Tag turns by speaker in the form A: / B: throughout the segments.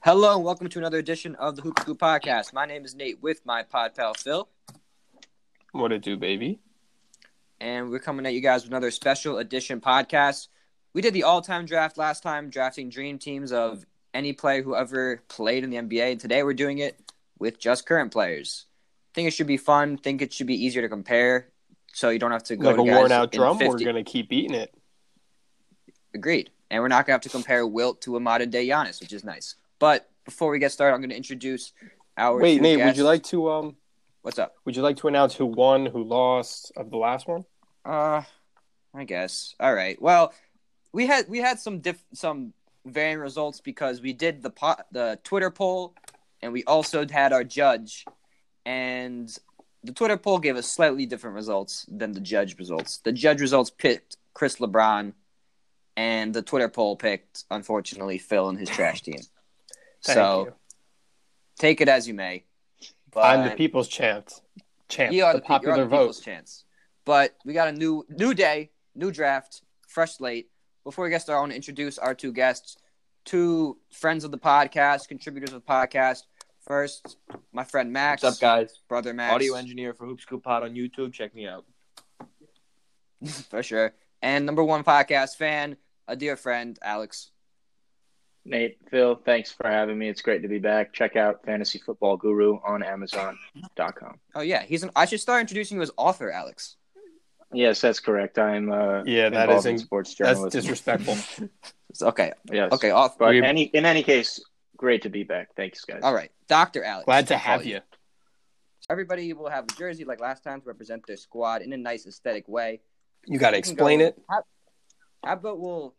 A: Hello and welcome to another edition of the Hoop Scoop Podcast. My name is Nate with my pod pal Phil,
B: What it do, baby?
A: and we're coming at you guys with another special edition podcast. We did the all-time draft last time, drafting dream teams of any player who ever played in the NBA. And today we're doing it with just current players. Think it should be fun. Think it should be easier to compare, so you don't have to go
B: Like
A: to
B: a
A: guys
B: worn-out
A: in
B: drum, we're
A: 50
B: gonna keep eating it.
A: Agreed. And we're not going to have to compare Wilt to a modern day Giannis, which is nice. But before we get started, I'm going to introduce our.
B: Wait,
A: two
B: Nate, would
A: guests.
B: you like to um?
A: What's up?
B: Would you like to announce who won, who lost of the last one?
A: Uh, I guess. All right. Well, we had we had some diff some varying results because we did the pot the Twitter poll, and we also had our judge, and the Twitter poll gave us slightly different results than the judge results. The judge results picked Chris LeBron, and the Twitter poll picked unfortunately Phil and his trash team.
B: Thank
A: so
B: you.
A: take it as you may. But
B: I'm the people's champ. Champ,
A: uh, you are
B: the
A: the, pe- you're
B: popular
A: the people's
B: vote.
A: chance. But we got a new new day, new draft, fresh slate. Before we get started, I want to introduce our two guests, two friends of the podcast, contributors of the podcast. First, my friend Max,
C: What's up, guys?
A: brother Max,
C: Audio engineer for Hoop Scoop Pod on YouTube. Check me out.
A: for sure, and number one podcast fan, a dear friend, Alex.
D: Nate, Phil, thanks for having me. It's great to be back. Check out Fantasy Football Guru on Amazon.com.
A: Oh yeah, he's an. I should start introducing you as author, Alex.
D: Yes, that's correct. I'm uh,
B: Yeah, that
D: involved
B: is
D: in
B: in,
D: sports
B: that's
D: journalism.
B: disrespectful.
A: It's- Okay,
D: yes.
A: okay, author.
D: But
B: We-
D: any in any case, great to be back. Thanks, guys.
A: All right, Doctor Alex.
B: Glad to
A: I'll call
B: have you.
A: Everybody will have a jersey like last time to represent their squad in a nice aesthetic way.
B: You gotta explain it.
A: How about we'll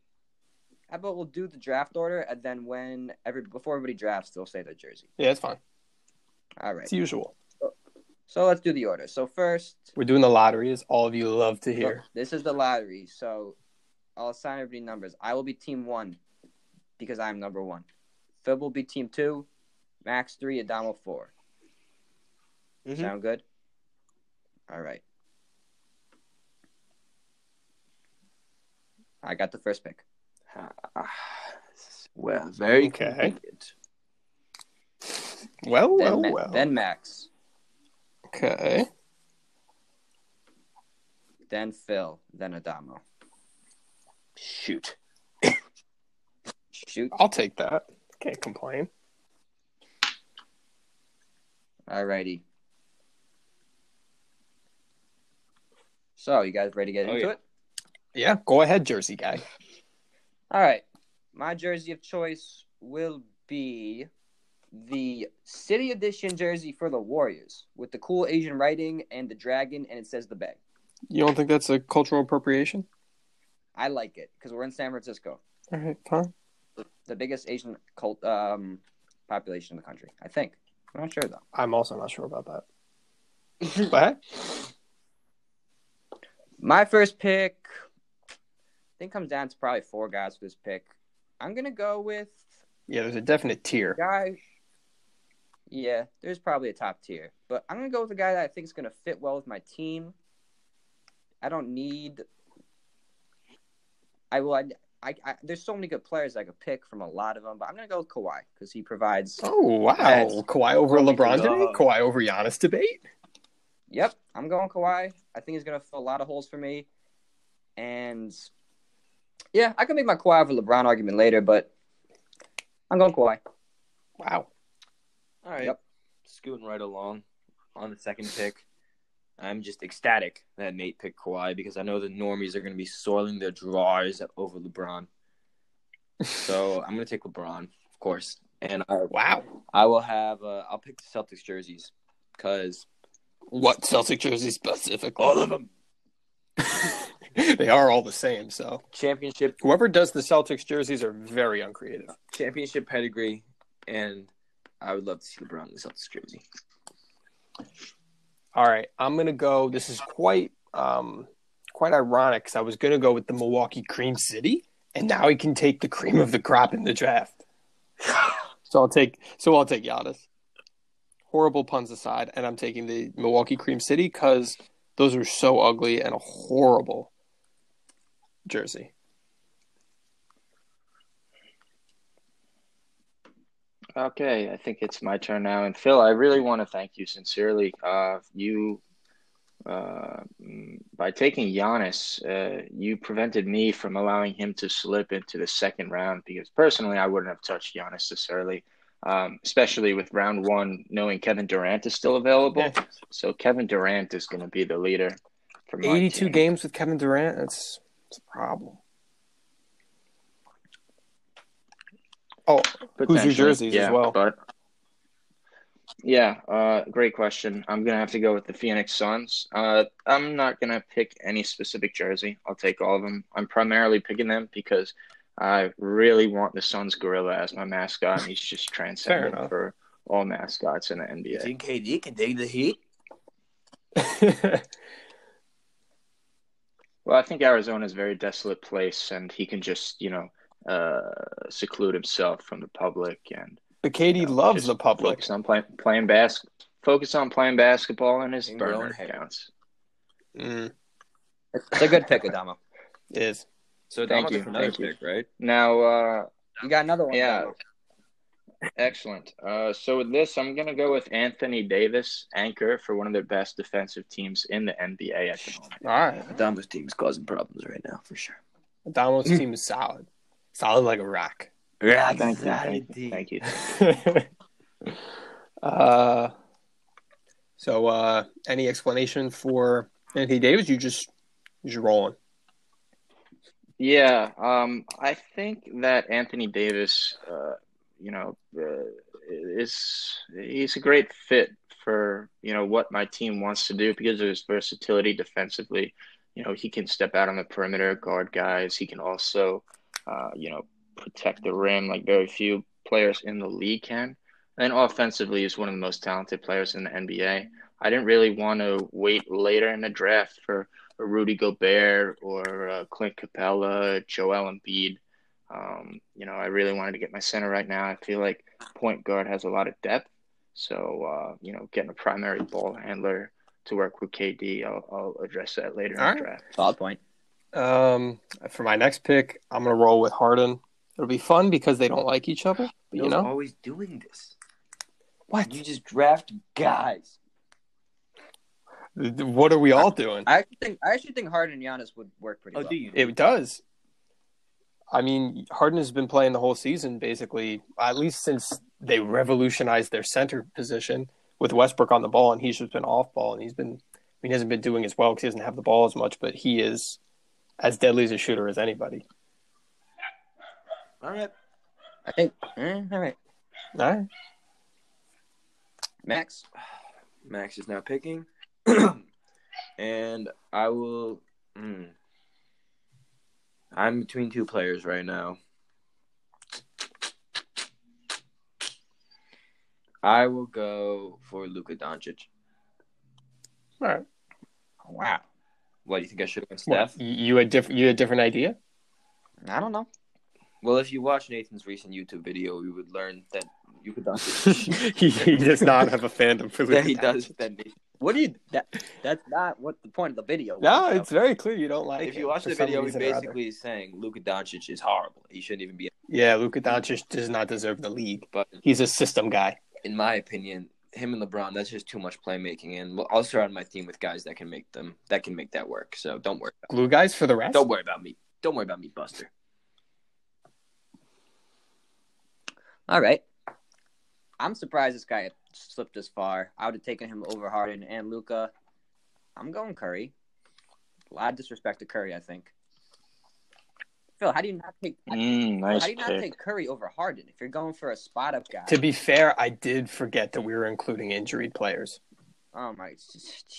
A: how about we'll do the draft order and then when every before everybody drafts they'll say their jersey.
B: Yeah, it's fine.
A: All right.
B: It's usual.
A: So let's do the order. So first
B: We're doing the lottery, as all of you love to hear.
A: this is the lottery, so I'll assign everybody numbers. I will be team one because I'm number one. Phil will be team two, Max three, Adamo 4
B: Mm-hmm.
C: Mhm.
A: Sound good? All right. I got the first pick.
C: Ah, Well, very
B: Okay.
C: complicated.
B: Well,
A: Then,
B: well,
A: Ma-
B: well.
A: then Max,
B: okay.
A: then Phil, then Adamo.
C: Shoot.
A: Shoot.
B: I'll take that. Can't complain.
A: Alrighty. So, you guys ready to get
C: Oh,
A: into
C: yeah.
A: it?
B: Yeah, go ahead, Jersey guy.
A: All right. My jersey of choice will be the City Edition jersey for the Warriors with the cool Asian writing and the dragon, and it says the Bay.
B: You don't think that's a cultural appropriation?
A: I like it because we're in San Francisco,
B: All right, fine.
A: the biggest Asian cult um, population in the country, I think. I'm not sure though.
B: I'm also not sure about that. but
A: My first pick, I think, comes down to probably four guys for this pick. I'm gonna go with
B: yeah, there's a definite tier.
A: guy. Yeah, there's probably a top tier, but I'm gonna go with the guy that I think is gonna fit well with my team. I don't need. I will. I, I, I there's so many good players I could pick from a lot of them, but I'm gonna go with Kawhi because he provides.
B: Oh wow,
A: That's-
B: Kawhi over LeBron
C: God.
B: today. Kawhi over Giannis debate.
A: Yep, I'm going Kawhi. I think he's gonna fill a lot of holes for me, and yeah, I can make my Kawhi over LeBron argument later, but I'm going Kawhi.
B: Wow.
C: All right.
A: Yep.
C: Scooting right along on the second pick. I'm just ecstatic that Nate picked Kawhi because I know the normies are going to be soiling their drawers over LeBron. So I'm going to take LeBron, of course. And I,
B: Wow.
C: I will have, uh, I'll pick the Celtics jerseys because
B: What Celtic jersey specifically?
C: all of them
B: they are all the same. So
C: championship
B: whoever does the Celtics jerseys are very uncreative.
C: championship pedigree, and I would love to see LeBron in the Celtics jersey.
B: All right, I'm gonna go. This is quite um quite ironic because I was gonna go with the Milwaukee Cream City, and now he can take the cream of the crop in the draft. so I'll take so I'll take Giannis. Horrible puns aside, and I'm taking the Milwaukee Cream City because those are so ugly and a horrible jersey.
D: Okay, I think it's my turn now. And Phil, I really want to thank you sincerely. Uh, you, uh, mm, by taking Giannis, uh, you prevented me from allowing him to slip into the second round because personally, I wouldn't have touched Giannis this early, um, especially with round one knowing Kevin Durant is still available.
B: Yeah.
D: So Kevin Durant is going to be the leader for my
B: 82
D: team.
B: games with Kevin Durant. That's, that's a problem. Oh, Who's your
D: Potentially,
B: jerseys as
D: yeah,
B: well?
D: But yeah, uh, great question. I'm gonna have to go with the Phoenix Suns. Uh, I'm not gonna pick any specific jersey. I'll take all of them. I'm primarily picking them because I really want the Suns gorilla as my mascot. He's just transcendent
B: enough.
D: for all mascots in the NBA.
C: think KD can dig the heat?
D: Well, I think Arizona is a very desolate place, and he can just you know uh, seclude himself from the public and
B: but Katie
D: know,
B: loves
D: just
B: the public.
D: Focus on playing playing bas- Focus on playing basketball and his
C: And
D: burner
C: growing hair.
D: accounts.
B: Mm,
A: It's a good pick, Adamo.
B: is.
C: So
D: Thank
C: Donald's
D: you,
C: up for another
D: thank you.
C: pick, right?
D: Now, uh,
A: You got another one.
D: Yeah.
A: Adamo.
D: excellent. Uh, so with this, I'm gonna go with Anthony Davis, anchor for one of the best defensive teams in the NBA at the moment.
B: All right.
C: Adama's team's causing problems right now for sure.
B: Adamo's team is solid. Solid like a rock.
C: Yeah,
D: Thank you, thank you, thank you.
B: uh, so, uh, any explanation for Anthony Davis? You just, you're just rolling.
D: Yeah, um, I think that Anthony Davis, uh, you know, uh, is he's a great fit for you know what my team wants to do because of his versatility defensively. You know, he can step out on the perimeter, guard guys. He can also, uh, you know, protect the rim like very few players in the league can. And offensively, he's one of the most talented players in the NBA. I didn't really want to wait later in the draft for a Rudy Gobert or uh, Clint Capella, Joel Embiid. Um, you know, I really wanted to get my center right now. I feel like point guard has a lot of depth. So, uh, you know, getting a primary ball handler to work with KD, I'll, I'll address that later in
B: All
D: the
B: right.
D: draft.
A: Solid point.
B: Um, for my next pick, I'm gonna roll with Harden. It'll be fun because they don't like each other, but you
C: Bill's
B: know
C: always doing this.
B: what?
C: You just draft guys.
B: What are we all doing?
A: I actually think I actually think Harden and Giannis would work
B: Oh,
A: pretty well.
C: Oh, you?
B: It does. I mean, Harden has been playing the whole season, basically, at least since they revolutionized their center position with Westbrook on the ball, and he's just been off ball, and he's been, I mean, he hasn't been doing as well because he doesn't have the ball as much, but he is as deadly as a shooter as anybody.
C: All right.
A: I think. eh, all right,
B: All right.
A: Max.
C: Max is now picking. and I will. mm. I'm between two players right now. I will go for Luka Doncic.
B: All right.
A: Wow.
C: What do you think I should have went
B: Well,
C: Steph?
B: you you had different. You had a different idea.
A: I don't know.
C: Well, if you watch Nathan's recent YouTube video, you would learn that Luka Doncic
B: he, he does not have a fandom for
C: that
B: Luka
C: he does
B: Doncic.
C: that Nathan
A: What do you? That that's not what the point of the video. was,
B: No,
A: though.
B: it's very clear you don't like.
C: if
B: him
C: you watch
B: for
C: the
B: some
C: video, he's
B: reason or other.
C: basically saying Luka Doncic is horrible. He shouldn't even be.
B: yeah, Luka Doncic does not deserve the league.
C: But
B: He's a system guy.
C: in my opinion, him and LeBron, that's just too much playmaking. And I'll surround my team with guys that can make them that can make that work. So don't worry. About,
B: Glue guys for the rest.
C: don't worry about me. Don't worry about me, Buster.
A: All right. I'm surprised this guy slipped this far. I would have taken him over Harden and Luca. I'm going Curry. A lot of disrespect to Curry, I think. Phil, how do you not take
D: Mm,
A: how
D: nice
A: do you not
D: pick.
A: take Curry over Harden if you're going for a spot up guy?
B: To be fair, I did forget that we were including injured players.
A: oh my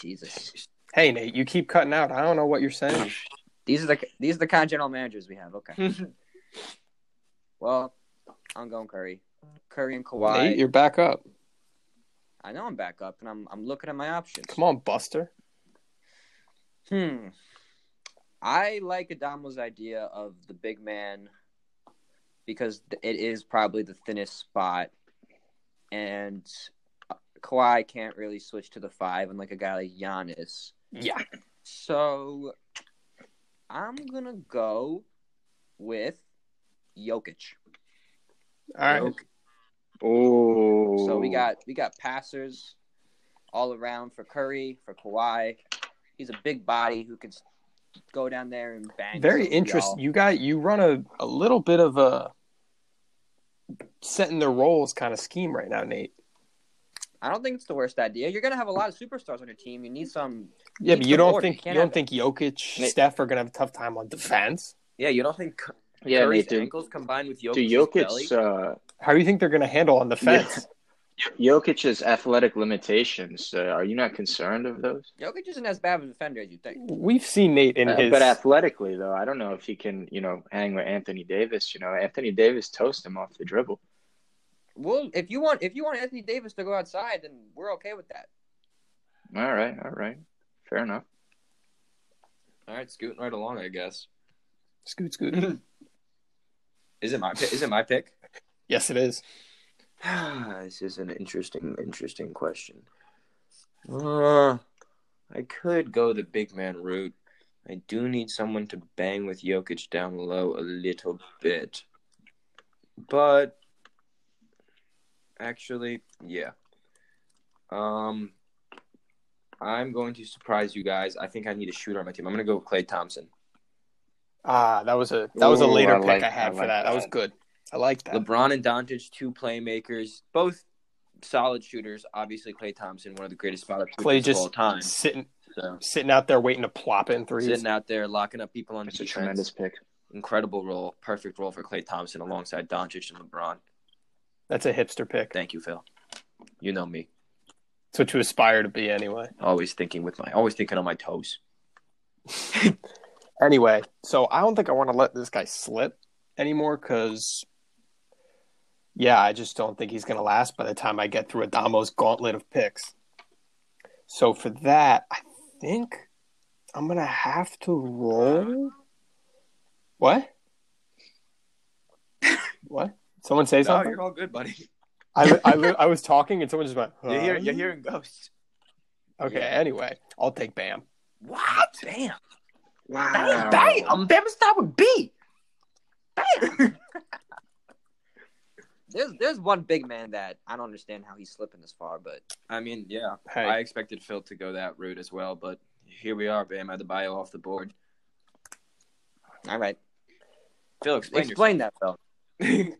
A: Jesus!
B: Hey Nate, you keep cutting out. I don't know what you're saying.
A: These are the these are the kind of general managers we have. Okay. well, I'm going Curry. Curry and Kawhi.
B: Nate, you're back up.
A: I know I'm back up, and I'm I'm looking at my options.
B: Come on, Buster.
A: Hmm. I like Adamo's idea of the big man because th- it is probably the thinnest spot, and uh, Kawhi can't really switch to the five, unlike a guy like Giannis.
B: Yeah.
A: So I'm gonna go with Jokic.
B: All right.
C: Jok-
D: Oh,
A: So we got we got passers all around for Curry, for Kawhi. He's a big body who can s- go down there and bang.
B: Very
A: some of
B: interesting.
A: y'all.
B: You got you run a, a little bit of a setting their roles kind of scheme right now, Nate.
A: I don't think it's the worst idea. You're gonna have a lot of superstars on your team. You need some.
B: Yeah, but
A: It's
B: you
A: the
B: don't
A: border.
B: think
A: You
B: you
A: can't have
B: don't think Jokic,
C: Nate-
B: Steph are gonna have a tough time on defense.
C: Yeah, you don't think Cur-
D: yeah,
C: Curry's
D: Nate, dude.
C: ankles combined with Jokic's
D: Dude,
C: belly?
D: Jokic's uh,
B: How do you think they're gonna handle on defense?
D: Jokic's athletic limitations. Uh, are you not concerned of those?
A: Jokic isn't as bad of a defender as you think.
B: We've seen Nate in
D: Uh,
B: his
D: But athletically, though, I don't know if he can, you know, hang with Anthony Davis. You know, Anthony Davis toast him off the dribble.
A: Well, if you want if you want Anthony Davis to go outside, then we're okay with that.
D: All right, all right, fair enough.
C: All right, scooting right along, I guess.
B: scoot scoot.
C: Is it my pick? Is it my pick?
B: yes, it is.
C: this is an interesting, interesting question. Uh, I could go the big man route. I do need someone to bang with Jokic down low a little bit. But actually, yeah. Um I'm going to surprise you guys. I think I need a shooter on my team. I'm gonna go with Clay Thompson.
B: Ah, that was a that was a
D: Ooh,
B: later
D: I
B: pick
D: like-
B: I had
D: I
B: for
D: like
B: that. That was
D: that.
B: good. I like that.
C: LeBron and Doncic, two playmakers, both solid shooters. Obviously, Clay Thompson, one of the greatest spot up
B: Clay
C: shooters of
B: just-
C: all time.
B: Sitting
C: So
B: sitting out there waiting to plop in threes.
C: sitting out there, locking up people on
D: It's a
C: defense.
D: tremendous pick.
C: Incredible role, perfect role for Clay Thompson alongside Doncic and LeBron.
B: That's a hipster pick.
C: Thank you, Phil. You know me,
B: It's what you aspire to be anyway.
C: always thinking with my, always thinking on my toes.
B: Anyway, so I don't think I want to let this guy slip anymore because, yeah, I just don't think he's going to last by the time I get through Adamo's gauntlet of picks. So for that, I think I'm going to have to roll. What? what? Someone say something?
C: all good, buddy.
B: I, li- I, li- I was talking and someone just went, huh?
C: hearing ghosts.
B: Okay, anyway, I'll take Bam.
C: What? Damn.
D: Wow.
C: Bama start with B.
A: There's there's one big man that I don't understand how he's slipping this far, but
C: I mean, yeah,
B: Hey,
C: I expected Phil to go that route as well, but here we are, Bam, at the bio off the board.
A: all right.
C: Phil, explain,
A: Explain that, Phil.
C: yourself.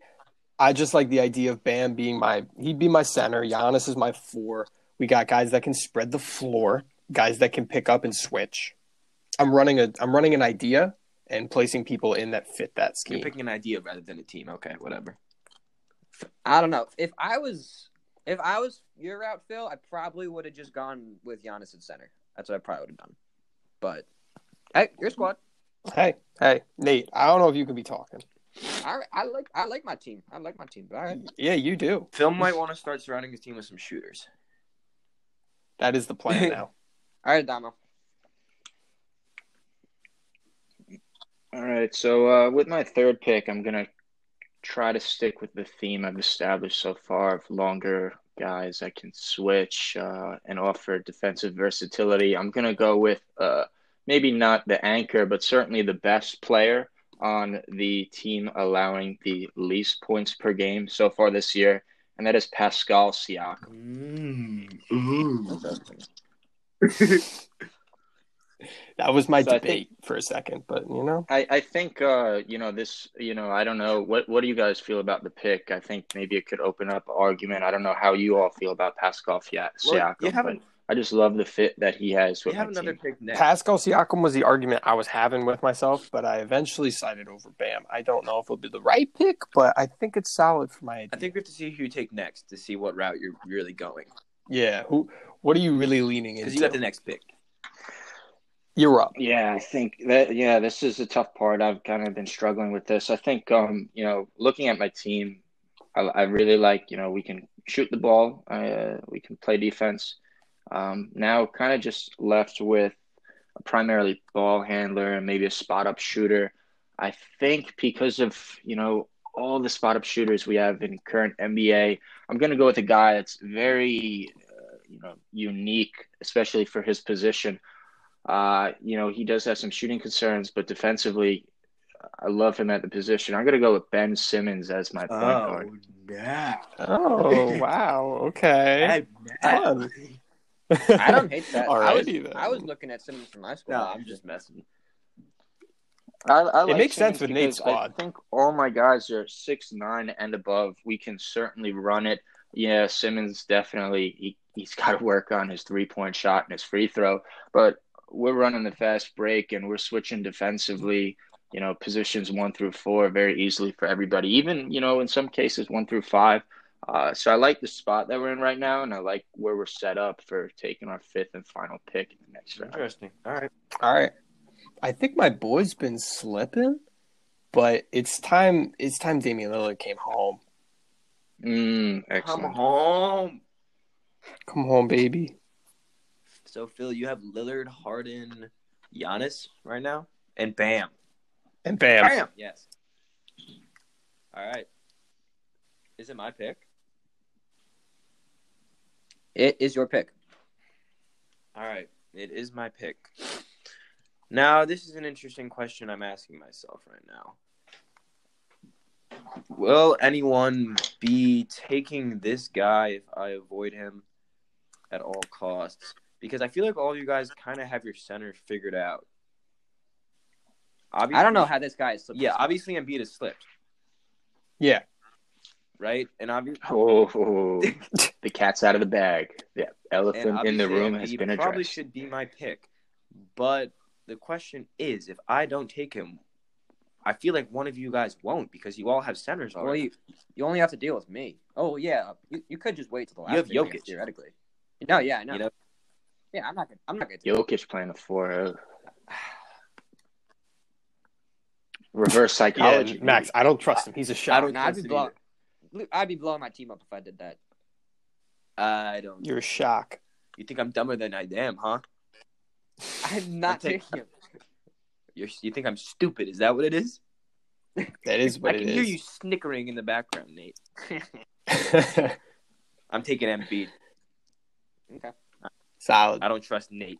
B: I just like the idea of Bam being my he'd be my center. Giannis is my four. We got guys that can spread the floor, guys that can pick up and switch. I'm running a I'm running an idea and placing people in that fit that
C: You're
B: scheme.
C: picking an idea rather than a team. Okay, whatever.
A: I don't know. If I was if I was your route, Phil, I probably would have just gone with Giannis at center. That's what I probably would have done. But hey, your squad.
B: hey, hey, Nate, I don't know if you can be talking.
A: I, I like I like my team. I like my team. All right.
B: Yeah, you do.
C: Phil might want to start surrounding his team with some shooters.
B: That is the plan now.
A: All right, Damo.
D: All right, so uh, with my third pick, I'm gonna try to stick with the theme I've established so far of longer guys I can switch uh, and offer defensive versatility. I'm gonna go with uh, maybe not the anchor, but certainly the best player on the team allowing the least points per game so far this year, and that is Pascal Siakam.
C: Mm,
B: That was my
D: So I
B: debate for a second, but you know,
D: I, I think uh, you know this. You know, I don't know what what do you guys feel about the pick. I think maybe it could open up argument. I don't know how you all feel about Pascal Fiat, Siakam,
C: you have,
D: but
C: an,
D: I just love the fit that he has
C: you
D: with my
C: have another
D: team.
C: pick next.
B: Pascal Siakam was the argument I was having with myself, but I eventually sided over Bam. I don't know if it'll be the right pick, but I think it's solid for my idea.
C: I think we have to see who you take next to see what route you're really going.
B: Yeah. Who? What are you really leaning into?
C: Because you got the next pick.
B: You're up.
D: Yeah, I think that yeah, this is a tough part. I've kind of been struggling with this. I think um, you know, looking at my team, I, I really like, you know, we can shoot the ball, uh, we can play defense. Um, now kind of just left with a primarily ball handler and maybe a spot up shooter. I think because of, you know, all the spot up shooters we have in current NBA, I'm going to go with a guy that's very, uh, you know, unique, especially for his position. Uh, you know, he does have some shooting concerns, but defensively, I love him at the position. I'm gonna go with Ben Simmons as my
C: Oh,
D: point guard.
C: yeah.
B: Oh wow. Okay. Fun.
A: I don't hate that. I, was,
B: Alrighty then.
A: I was looking at Simmons from my school.
C: No, I'm just messing.
D: I, I like
B: makes sense
D: Simmons
B: with Nate's
D: because
B: squad.
D: I think all my guys are six nine and above. We can certainly run it. Yeah, Simmons definitely he he's got to work on his three point shot and his free throw. But we're running the fast break and we're switching defensively. You know, positions one through four very easily for everybody. Even you know in some cases one through five. Uh, so I like the spot that we're in right now, and I like where we're set up for taking our fifth and final pick in the next round.
C: Interesting. All right.
B: All right. I think my boy's been slipping, but it's time. It's time Damian Lillard came home.
D: Mm, excellent.
C: Come home.
B: Come home, baby.
C: So Phil, you have Lillard, Harden, Giannis right now, and Bam.
B: And bam.
C: Yes. All right. Is it my pick?
A: It is your pick.
C: All right. It is my pick. Now, this is an interesting question I'm asking myself right now. Will anyone be taking this guy if I avoid him at all costs? Because I feel like all you guys kind of have your center figured out. Obviously,
A: I don't know how this guy is. slipping.
C: Yeah, obviously Embiid has slipped,
B: Yeah.
C: right? And obviously.
D: Oh, the cat's out of the bag. The
C: and
D: elephant in the
C: obviously
D: room
C: Embiid
D: has been
C: probably
D: addressed.
C: should be my pick. But the question is, if I don't take him, I feel like one of you guys won't because you all have centers
A: Well,
C: already.
A: you, you only have to deal with me. Oh yeah, you, you could just wait till the last.
C: You have
A: pick, I guess,
C: Jokic.
A: theoretically. No, yeah, I know.
C: You know?
A: Yeah, I'm not. Gonna, I'm not gonna. do
D: Jokic playing a four. uh, Reverse psychology.
B: Max, I don't trust him. He's a shot.
C: I don't
A: Nah, I'd be
C: trust it
A: blown. I'd be blowing my team up if I did that.
C: I don't.
B: You're a shock.
C: You think I'm dumber than I am, huh?
A: I'm not
C: taking-
A: taking him.
C: You're, you think I'm stupid? Is that what it is?
B: That is what it
C: I can
B: is.
C: hear you snickering in the background, Nate. I'm taking Embiid.
B: Solid.
C: I don't trust Nate.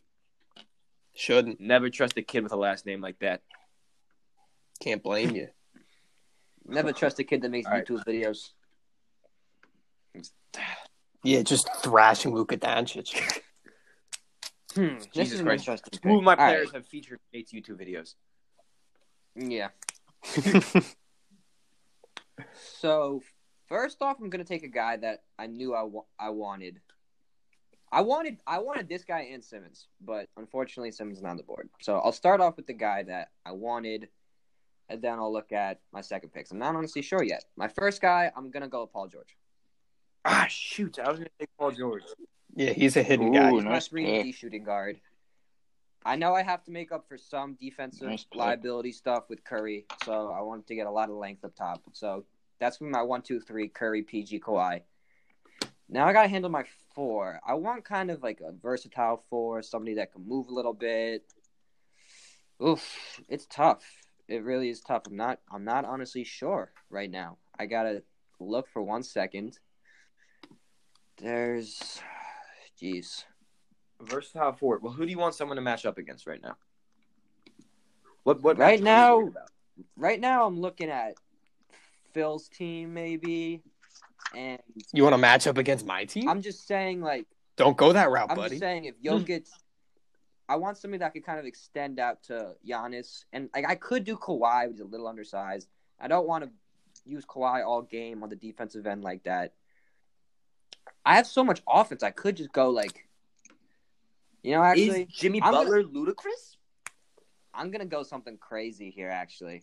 B: Shouldn't.
C: Never trust a kid with a last name like that.
B: Can't blame you.
A: Never trust a kid that makes
C: All right.
A: YouTube videos.
B: Yeah, just thrashing Luka Doncic.
A: Hmm, this is an
C: Christ.
A: interesting
C: Two of my
A: pick. All
C: players have featured Nate's YouTube videos.
A: right, Yeah. So first off, I'm gonna take a guy that I knew I, wa- I wanted. I wanted I wanted this guy and Simmons, but unfortunately Simmons is not on the board. So I'll start off with the guy that I wanted, and then I'll look at my second picks. I'm not honestly sure yet. My first guy, I'm gonna go with Paul George.
C: Ah, shoot! I was gonna take Paul George.
B: yeah, he's a hidden
D: Ooh,
B: guy.
A: He's my
D: nice
A: three
D: pick.
A: and D shooting guard. I know I have to make up for some defensive
D: Nice pick.
A: liability stuff with Curry, so I wanted to get a lot of length up top. So that's gonna be my one, two, three, Curry, PG, Kawhi. Now I gotta handle my four. I want kind of like a versatile four, somebody that can move a little bit. Oof, it's tough. It really is tough. I'm not I'm not honestly sure right now. I gotta look for one second. There's jeez.
C: versatile forward. Well, who do you want someone to match up against right now? What what
A: Right
C: matchup are you
A: now-
C: worried about?
A: right now I'm looking at Phil's team maybe, and
B: You want to match up against my team?
A: I'm just saying like
B: Don't go that route,
A: I'm
B: buddy. Hmm.
A: just saying if Jokic, I want somebody that could kind of extend out to Giannis, and like I could do Kawhi, who's a little undersized. I don't want to use Kawhi all game on the defensive end like that. I have so much offense. I could just go like, you know, actually,
C: Is Jimmy
A: I'm
C: Butler ludicrous?
A: I'm gonna go something crazy here. Actually,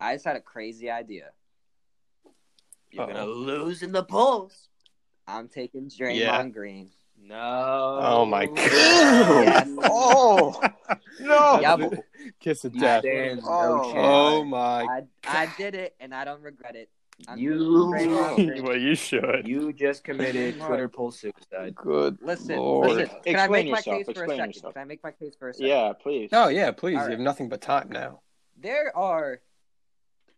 A: I just had a crazy idea.
C: You're
B: Uh-oh.
C: gonna lose in the polls.
A: I'm taking Draymond
B: Yeah.
A: Green.
C: No.
B: Oh my god.
A: Yes.
B: Oh no.
A: Yep.
B: Kiss of
A: I
B: death.
C: Stand
D: Oh.
C: no
B: Oh
C: chance.
B: my
A: I, I did it, and I don't regret it. I'm
C: You-
A: doing great.
B: well you should.
C: You just committed Twitter poll suicide.
B: Good.
A: Listen,
B: Lord.
A: listen. Can I
D: Explain
A: make my
D: yourself,
A: case for a
D: explain
A: second?
D: yourself.
A: Can I make my case for a second?
D: Yeah, please.
B: Oh yeah, please.
A: All
B: You have nothing but time now.
A: There are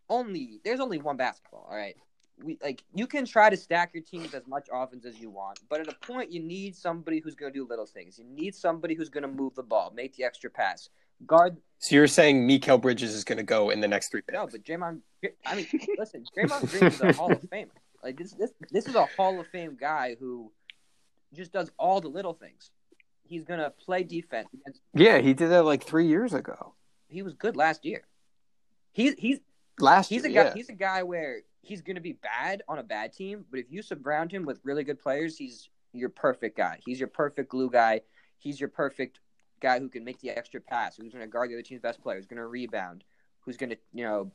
A: only there's only one basketball. All right. We like you can try to stack your teams as much offense as you want, but at a point you need somebody who's going to do little things. You need somebody who's going to move the ball, make the extra pass. Guard
B: So you're saying Mikael Bridges is going to go in the next three picks?
A: no, but Draymond. I mean, listen, Draymond Green is a Hall of Famer. Like this, this, this is a Hall of Fame guy who just does all the little things. He's gonna play defense against
B: yeah, he did that like three years ago.
A: he was good last year. He, he's
B: Last
A: he's a
B: year,
A: guy
B: yeah.
A: he's a guy where he's gonna be bad on a bad team, but if you surround him with really good players, he's your perfect guy. He's your perfect glue guy. He's your perfect guy who can make the extra pass, who's gonna guard the other team's best player, who's gonna rebound, who's gonna you know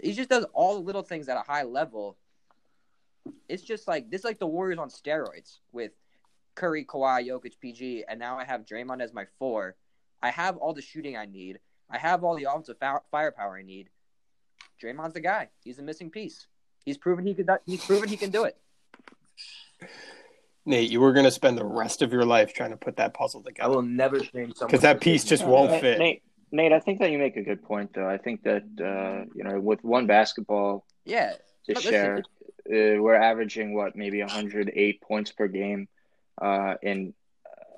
A: he just does all the little things at a high level. It's just like this is like the Warriors on steroids with Curry, Kawhi, Jokic, PG, and now I have Draymond as my four. I have all the shooting I need. I have all the offensive fou- firepower I need. Draymond's the guy. He's the missing piece. He's proven he could. do- He's proven he can do it.
B: Nate, you were going to spend the rest of your life trying to put that puzzle
C: I
B: together
C: will never change someone
B: because that piece just won't
D: Nate,
B: fit.
D: Nate, Nate, I think that you make a good point, though. I think that uh, you know, with one basketball
A: Yeah,
D: to
A: But listen,
D: share, uh, we're averaging what maybe 108 points per game uh, in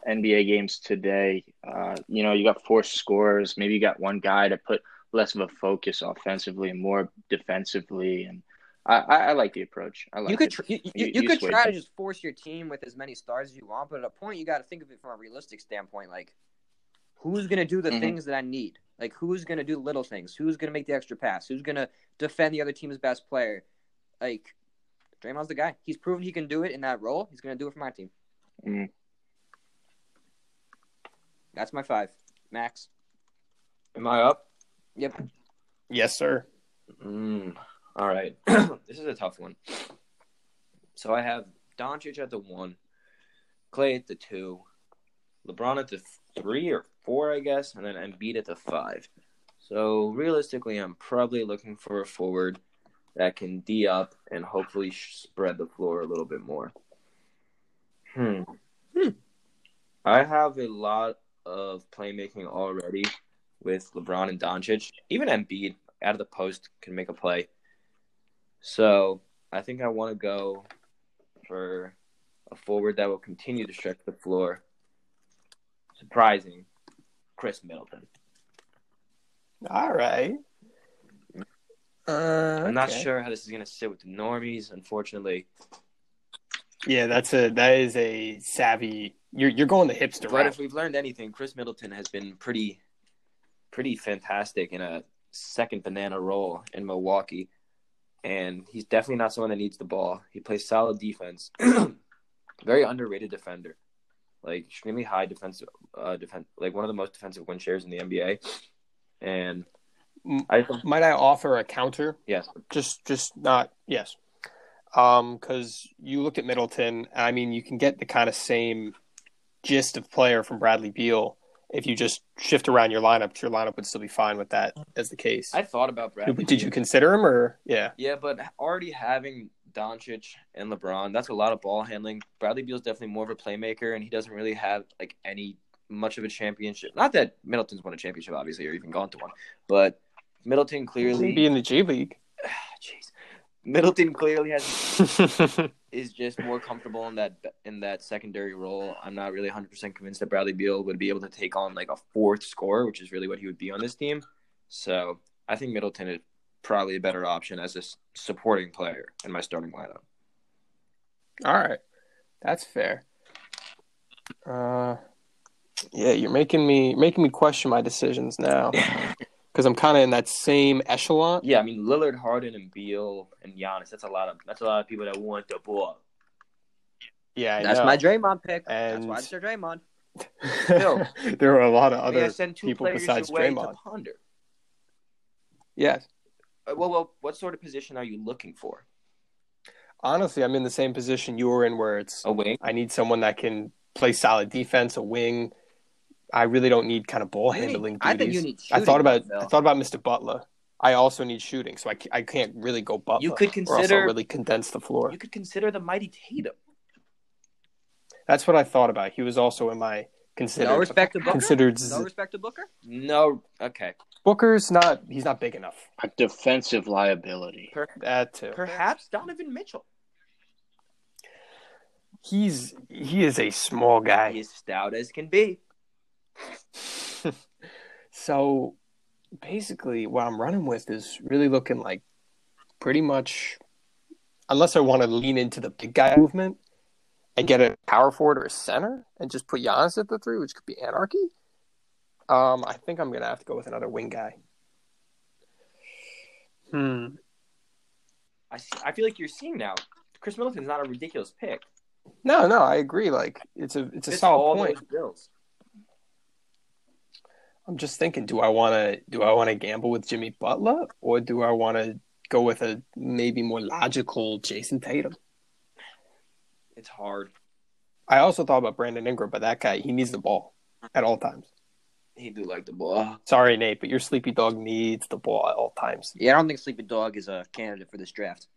D: uh, NBA games today. Uh, you know, you got four scorers. Maybe you got one guy to put less of a focus offensively and more defensively. And I, I, I like the approach. I like
A: you could
D: it.
A: tr- you, you,
D: You-
A: you
D: you
A: could
D: swayed
A: try to
D: me.
A: just force your team with as many stars as you want, but at a point you got to think of it from a realistic standpoint. Like, who's gonna do the
D: Mhm.
A: things that I need? Like, who's gonna do the little things? Who's gonna make the extra pass? Who's gonna defend the other team's best player? Like, Draymond's the guy. He's proven he can do it in that role. He's gonna do it for my team.
D: Mm.
A: That's my five, Max.
C: Am I up?
A: Yep.
B: Yes, sir.
C: Mm, all right. this is a tough one. So I have Doncic at the one, Clay at the two, LeBron at the th- three or four, I guess, and then Embiid at the five. So realistically, I'm probably looking for a forward that can D up and hopefully sh- spread the floor a little bit more. Hmm. hmm. I have a lot of playmaking already with LeBron and Doncic. Even Embiid out of the post can make a play. So I think I want to go for a forward that will continue to stretch the floor. Surprising, Chris Middleton.
B: All right. Uh,
C: I'm not
B: okay.
C: sure how this is going to sit with the normies, unfortunately.
B: Yeah, that's a that is a savvy. You're you're going the hipster
C: But
B: route.
C: if we've learned anything, Chris Middleton has been pretty, pretty fantastic in a second banana role in Milwaukee, and he's definitely not someone that needs the ball. He plays solid defense, very underrated defender, like extremely high defensive, uh, defense, like one of the most defensive win shares in the NBA. And
B: Mm.
C: I,
B: Might I offer a counter?
C: Yes.
B: Just just not yes. Um, because you looked at Middleton. I mean, you can get the kind of same gist of player from Bradley Beal if you just shift around your lineup. 'cause Your lineup would still be fine with that as the case.
C: I thought about Brad.
B: Did you consider him or yeah?
C: Yeah, but already having Doncic and LeBron, that's a lot of ball handling. Bradley Beal's definitely more of a playmaker, and he doesn't really have like any much of a championship. Not that Middleton's won a championship, obviously, or even gone to one, but Middleton clearly,
B: Be in the G League.
C: jeez, Middleton clearly has is just more comfortable in that in that secondary role. I'm not really 100 percent convinced that Bradley Beal would be able to take on like a fourth scorer, which is really what he would be on this team. So I think Middleton is probably a better option as a s- supporting player in my starting lineup.
B: All right, that's fair. Uh, yeah, you're making me making me question my decisions now because I'm kind of in that same echelon.
C: Yeah, I mean Lillard, Harden, and Beal and Giannis. That's a lot of that's a lot of people that want the ball.
B: Yeah, I
A: That's
B: know.
A: my Draymond pick. That's
B: And-
A: why it's Draymond.
B: Still, there are a lot of
C: I mean, I
B: other.
C: send two
B: people
C: players
B: besides
C: away to
B: Draymond.
C: ponder.
B: Yes,
C: Uh, Well, well, what sort of position are you looking for?
B: honestly, I'm in the same position you were in, where it's
C: A wing.
B: I need someone that can play solid defense, a wing. I really don't need kind of ball
A: You need-
B: handling.
A: I think
B: duties.
A: you need.
B: I
A: shooting,
B: thought about
A: though.
B: I thought about Mr. Butler. I also need shooting, so I, ca- I can't really go Butler.
C: You could
B: or else I'll
C: consider
B: really condense the floor.
C: you could consider the mighty Tatum.
B: That's what I thought about. He was also in my considered
A: No respect to Booker.
B: considered
A: No respect to Booker.
C: No, okay.
B: Booker's not he's not big enough.
D: A defensive liability.
C: Per-
B: That too.
C: perhaps Donovan Mitchell.
B: He's he is a small
C: He
B: guy.
C: is stout as can be.
B: So basically, what I'm running with is really looking like pretty much, unless I want to lean into the big guy movement and get a power forward or a center and just put Giannis at the three, which could be anarchy. Um, I think I'm gonna have to go with another wing guy. Hmm.
C: I, s- I feel like you're seeing now. Chris Middleton's not a ridiculous pick.
B: No, no, I agree. Like it's a it's a solid point.
C: those bills.
B: I'm just thinking, do I want to do I want to gamble with Jimmy Butler or do I want to go with a maybe more logical Jason Tatum?
C: It's hard.
B: I also thought about Brandon Ingram, but that guy he needs the ball at all times.
C: He do like the ball.
B: Sorry, Nate, but your sleepy dog needs the ball at all times.
A: Yeah, I don't think Sleepy Dog is a candidate for this draft.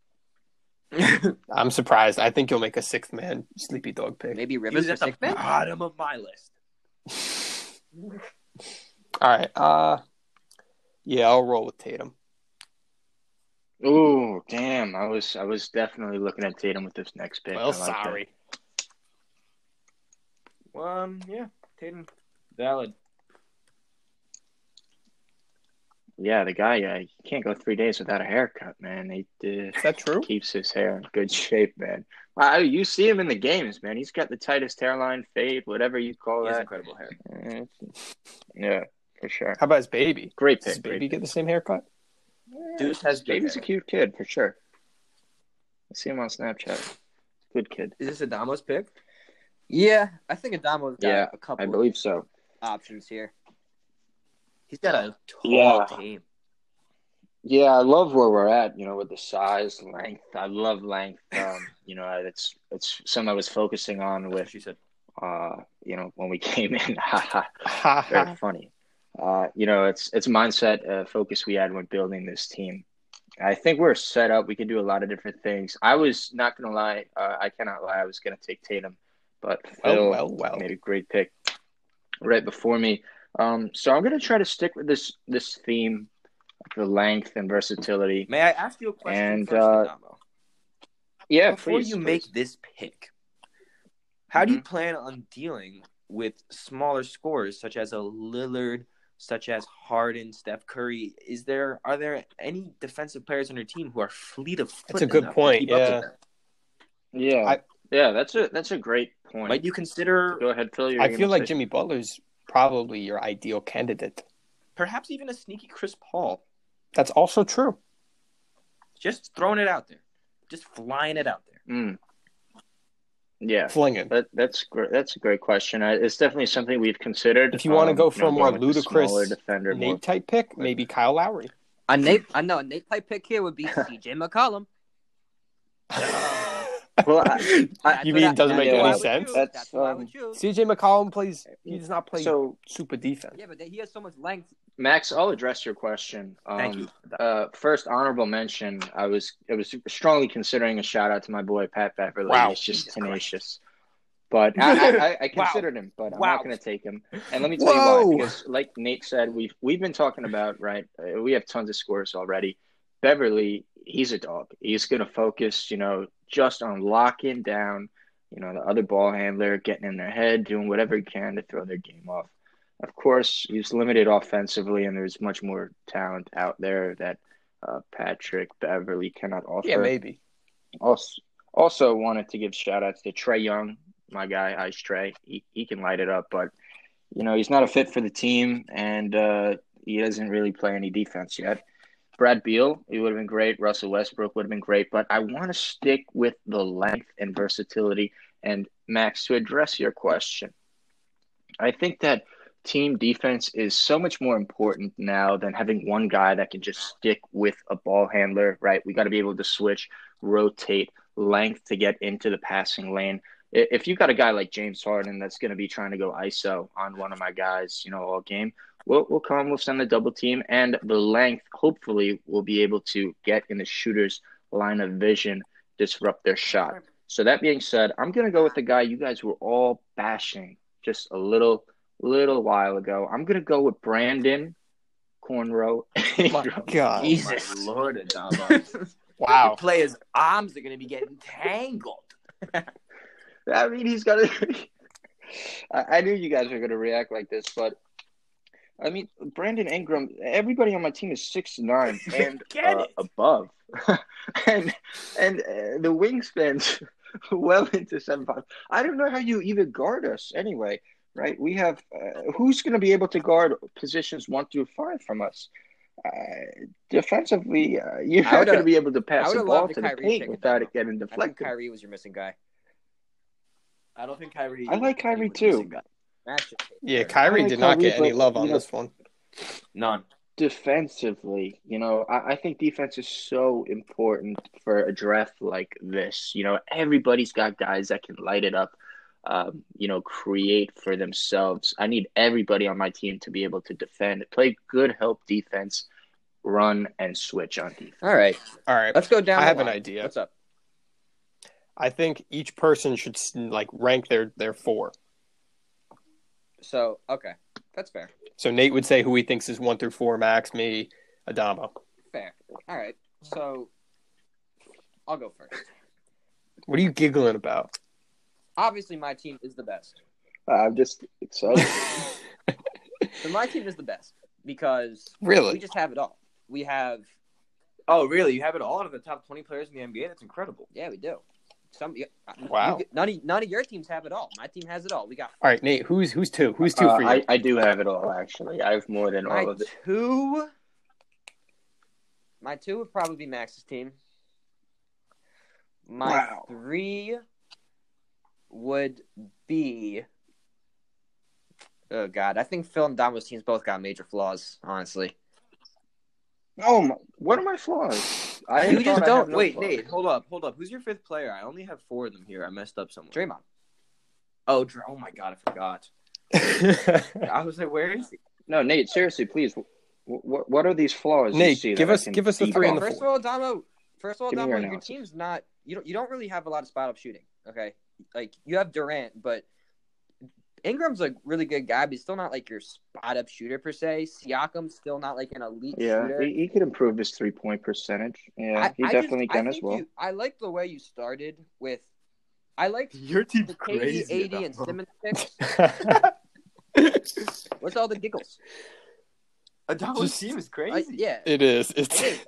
B: I'm surprised. I think you'll make a sixth man sleepy dog pick.
A: Maybe
C: He
A: Rivers
C: was
A: for
C: at the
A: sixth man?
C: bottom of my list.
B: all right. Uh, yeah, I'll roll with Tatum.
D: Ooh, damn! I was I was definitely looking at Tatum with this next pick. I
B: Well,
D: like that.
B: sorry.
C: Um, yeah, Tatum, valid.
D: Yeah, the guy. Yeah, he can't go three days without a haircut, man. He uh,
B: Is that true?
D: keeps his hair in good shape, man. Wow, you see him in the games, man. He's got the tightest hairline, fade, whatever you
C: He
D: call
C: has
D: that.
C: incredible hair.
D: Uh, Yeah, for sure.
B: How about his baby?
D: Great
B: Does his
D: pick. Great
B: baby get the same haircut?
C: Deuce has good
D: Baby's a
C: hair.
D: cute kid for sure. I see him on Snapchat. Good kid.
C: Is this Adamo's pick?
A: Yeah, I think Adamo's got
D: Yeah,
A: a
D: I
A: couple
D: believe so.
A: of options here.
C: He's got a tall
D: Yeah.
C: team.
D: Yeah, I love where we're at. You know, with the size, length. I love length. Um, you know, it's it's something I was focusing on
C: That's what
D: with.
C: she said.
D: Uh, you know, when we came in. Haha.
B: Ha
D: very
B: ha.
D: funny. Uh, you know, it's it's a mindset uh, focus we had when building this team. I think we're set up. We can do a lot of different things. I was not going to lie. Uh, I cannot lie. I was going to take Tatum, but Phil
B: Well, Oh, well, well.
D: made a great pick right before me. Um, so I'm going to try to stick with this this theme for length and versatility.
C: May I ask you a question
D: And,
C: first,
D: uh,
C: Adamo?
D: Yeah,
C: Before
D: please,
C: you
D: please.
C: make this pick, how do you plan on dealing with smaller scores such as a Lillard, such as Harden, Steph Curry? Is there are there any defensive players on your team who are fleet of foot?
B: That's a good
C: enough to
B: point,
C: keep up with
B: yeah.
C: them?
D: Yeah,
B: I-
D: yeah, that's a that's a great point.
C: Might you consider
D: Go ahead, Phil. You're
B: I
D: gonna
B: feel like
D: say-
B: Jimmy Butler's probably your ideal candidate.
C: perhaps even a sneaky Chris Paul?
B: That's also true.
C: Just throwing it out there, just flying it out there.
D: Mm. Yeah,
B: Flinging.
D: That that's great. That's a great question. I, it's definitely something we've considered. Um,
B: If you wanna go for a
D: going
B: more
D: with the
B: ludicrous
D: smaller defender, more-
B: Nate type pick, maybe Kyle Lowry.
A: A Nate, I know a Nate type pick here would be CJ McCollum.
D: well, I,
A: That's
B: you
A: what
B: mean
A: I-
B: doesn't
A: that's
D: make
A: what
D: any
A: I would
B: sense?
A: choose.
D: That's,
A: That's what I
D: um,
A: would choose.
B: CJ McCollum plays. He does not play
D: so
B: super defense.
A: Yeah, but he has so much length.
D: Max, I'll address your question. Um,
C: Thank you.
D: Uh, first honorable mention. I was I was strongly considering a shout out to my boy Pat Beverly.
B: Wow.
D: He's just
C: Jesus
D: tenacious. But I, I, I
B: Wow.
D: considered him, but I'm
B: Wow.
D: not going to take him. And let me tell you
B: Whoa.
D: why. Because, like Nate said, we've we've been talking about right. Uh, we have tons of scores already. Beverly, he's a dog. He's going to focus, you know, just on locking down, you know, the other ball handler, getting in their head, doing whatever he can to throw their game off. Of course, he's limited offensively, and there's much more talent out there that uh, Patrick Beverly cannot offer.
B: Yeah, maybe.
D: Also, also wanted to give shout outs to Trey Young, my guy, Ice Trey. He, he can light it up, but you know he's not a fit for the team, and uh, he doesn't really play any defense yet. Brad Beal, he would have been great. Russell Westbrook would have been great, but I want to stick with the length and versatility. And Max, to address your question, I think that team defense is so much more important now than having one guy that can just stick with a ball handler. Right, we got to be able to switch rotate length to get into the passing lane. I- If you got a guy like James Harden that's going to be trying to go ISO on one of my guys, you know, all game, we'll, we'll come, we'll send a double team, and the length hopefully will be able to get in the shooter's line of vision, disrupt their shot. So that being said, I'm going to go with the guy you guys were all bashing just a little little while ago. I'm going to go with Brandon Cornrow.
B: My God.
C: Jesus, Lord, Adamo.
B: Wow.
C: players' arms are going to be getting tangled.
D: I mean, he's got to. I I knew you guys were going to react like this, but I mean, Brandon Ingram. Everybody on my team is six nine and
C: Get
D: uh,
C: it.
D: above, and and uh, the wingspans well into seven five. I don't know how you even guard us anyway, right? We have uh, who's going to be able to guard positions one through five from us? Uh, defensively, uh, you're
A: I
D: not
A: would've-
D: going to be able to
A: I
D: pass the
A: would've
D: ball
A: loved a
D: to the
A: Kyrie pick
D: paint
A: in
D: without
A: that
D: it getting
A: I think
D: deflected.
A: Kyrie was your missing guy.
C: I don't think Kyrie.
D: I like Kyrie
C: anyone's
D: too.
C: missing that.
A: Match
B: Yeah, Kyrie
D: like
B: did not
D: Kyrie,
B: get any
D: but,
B: love
D: you
B: on
D: know-
B: this one.
C: None.
D: defensively, you know, I, I think defense is so important for a draft like this. You know, everybody's got guys that can light it up, um, you know, create for themselves. I need everybody on my team to be able to defend, play good help defense, run and switch on defense.
A: All right,
B: All right,
A: let's go down.
B: I
A: the
B: have an
A: line.
B: idea.
A: What's up?
B: I think each person should s- like rank their their four.
A: So okay, that's fair.
B: So Nate would say who he thinks is one through four. Max, me, Adamo.
A: Fair. All right. So I'll go first.
B: What are you giggling about?
A: Obviously, my team is the best.
D: Uh, I'm just excited.
A: So my team is the best because we
B: really?
A: just have it all. We have
C: Oh, really? You have it all out of the top 20 players in the NBA? That's incredible.
A: yeah, we do. Some you-
B: Wow.
A: you- none of none of your teams have it all. My team has it all. We got
B: All right, Nate. Who's who's two? Who's two
D: Uh,
B: for you?
D: I, I do have it all actually. I have more than all
A: my
D: of it.
A: two. My two would probably be Max's team. My
D: Wow.
A: three would be. Oh God, I think Phil and Dom's teams both got major flaws. Honestly,
D: Oh my! What are my flaws? I
A: You just
D: thought I
A: don't-
D: had no
C: Wait,
D: flaws.
C: Nate, hold up, hold up. Who's your fifth player? I only have four of them here. I messed up somewhere.
A: Draymond.
C: Oh, Dr- oh my God, I forgot. I was like, where is he?
D: No, Nate. Seriously, please. What what are these flaws? you
B: Nate,
D: see that
B: give
D: I
B: us-
D: can
B: give us the
D: debunk?
B: three
A: Okay,
B: and the
A: first
B: four.
A: of all, Damo. First of all,
D: Give me
A: Damo,
D: your
A: your,
D: analysis.
A: team's not. You don't. You don't really have a lot of spot up shooting. Okay, like you have Durant, but Ingram's a really good guy, but he's still not like your spot up shooter per se. Siakam's still not like an elite
D: Yeah,
A: shooter.
D: he, he could improve his three point percentage. Yeah,
A: I-
D: he
A: I just-
D: definitely
A: I
D: can as
A: think
D: well.
A: you- I like the way you started with. I like
C: Your team's
A: the KD, AD, and Simmons picks. What's all the giggles?
C: Adam's
B: Just-
C: team is
A: Like,
C: crazy.
A: yeah,
B: it is. It's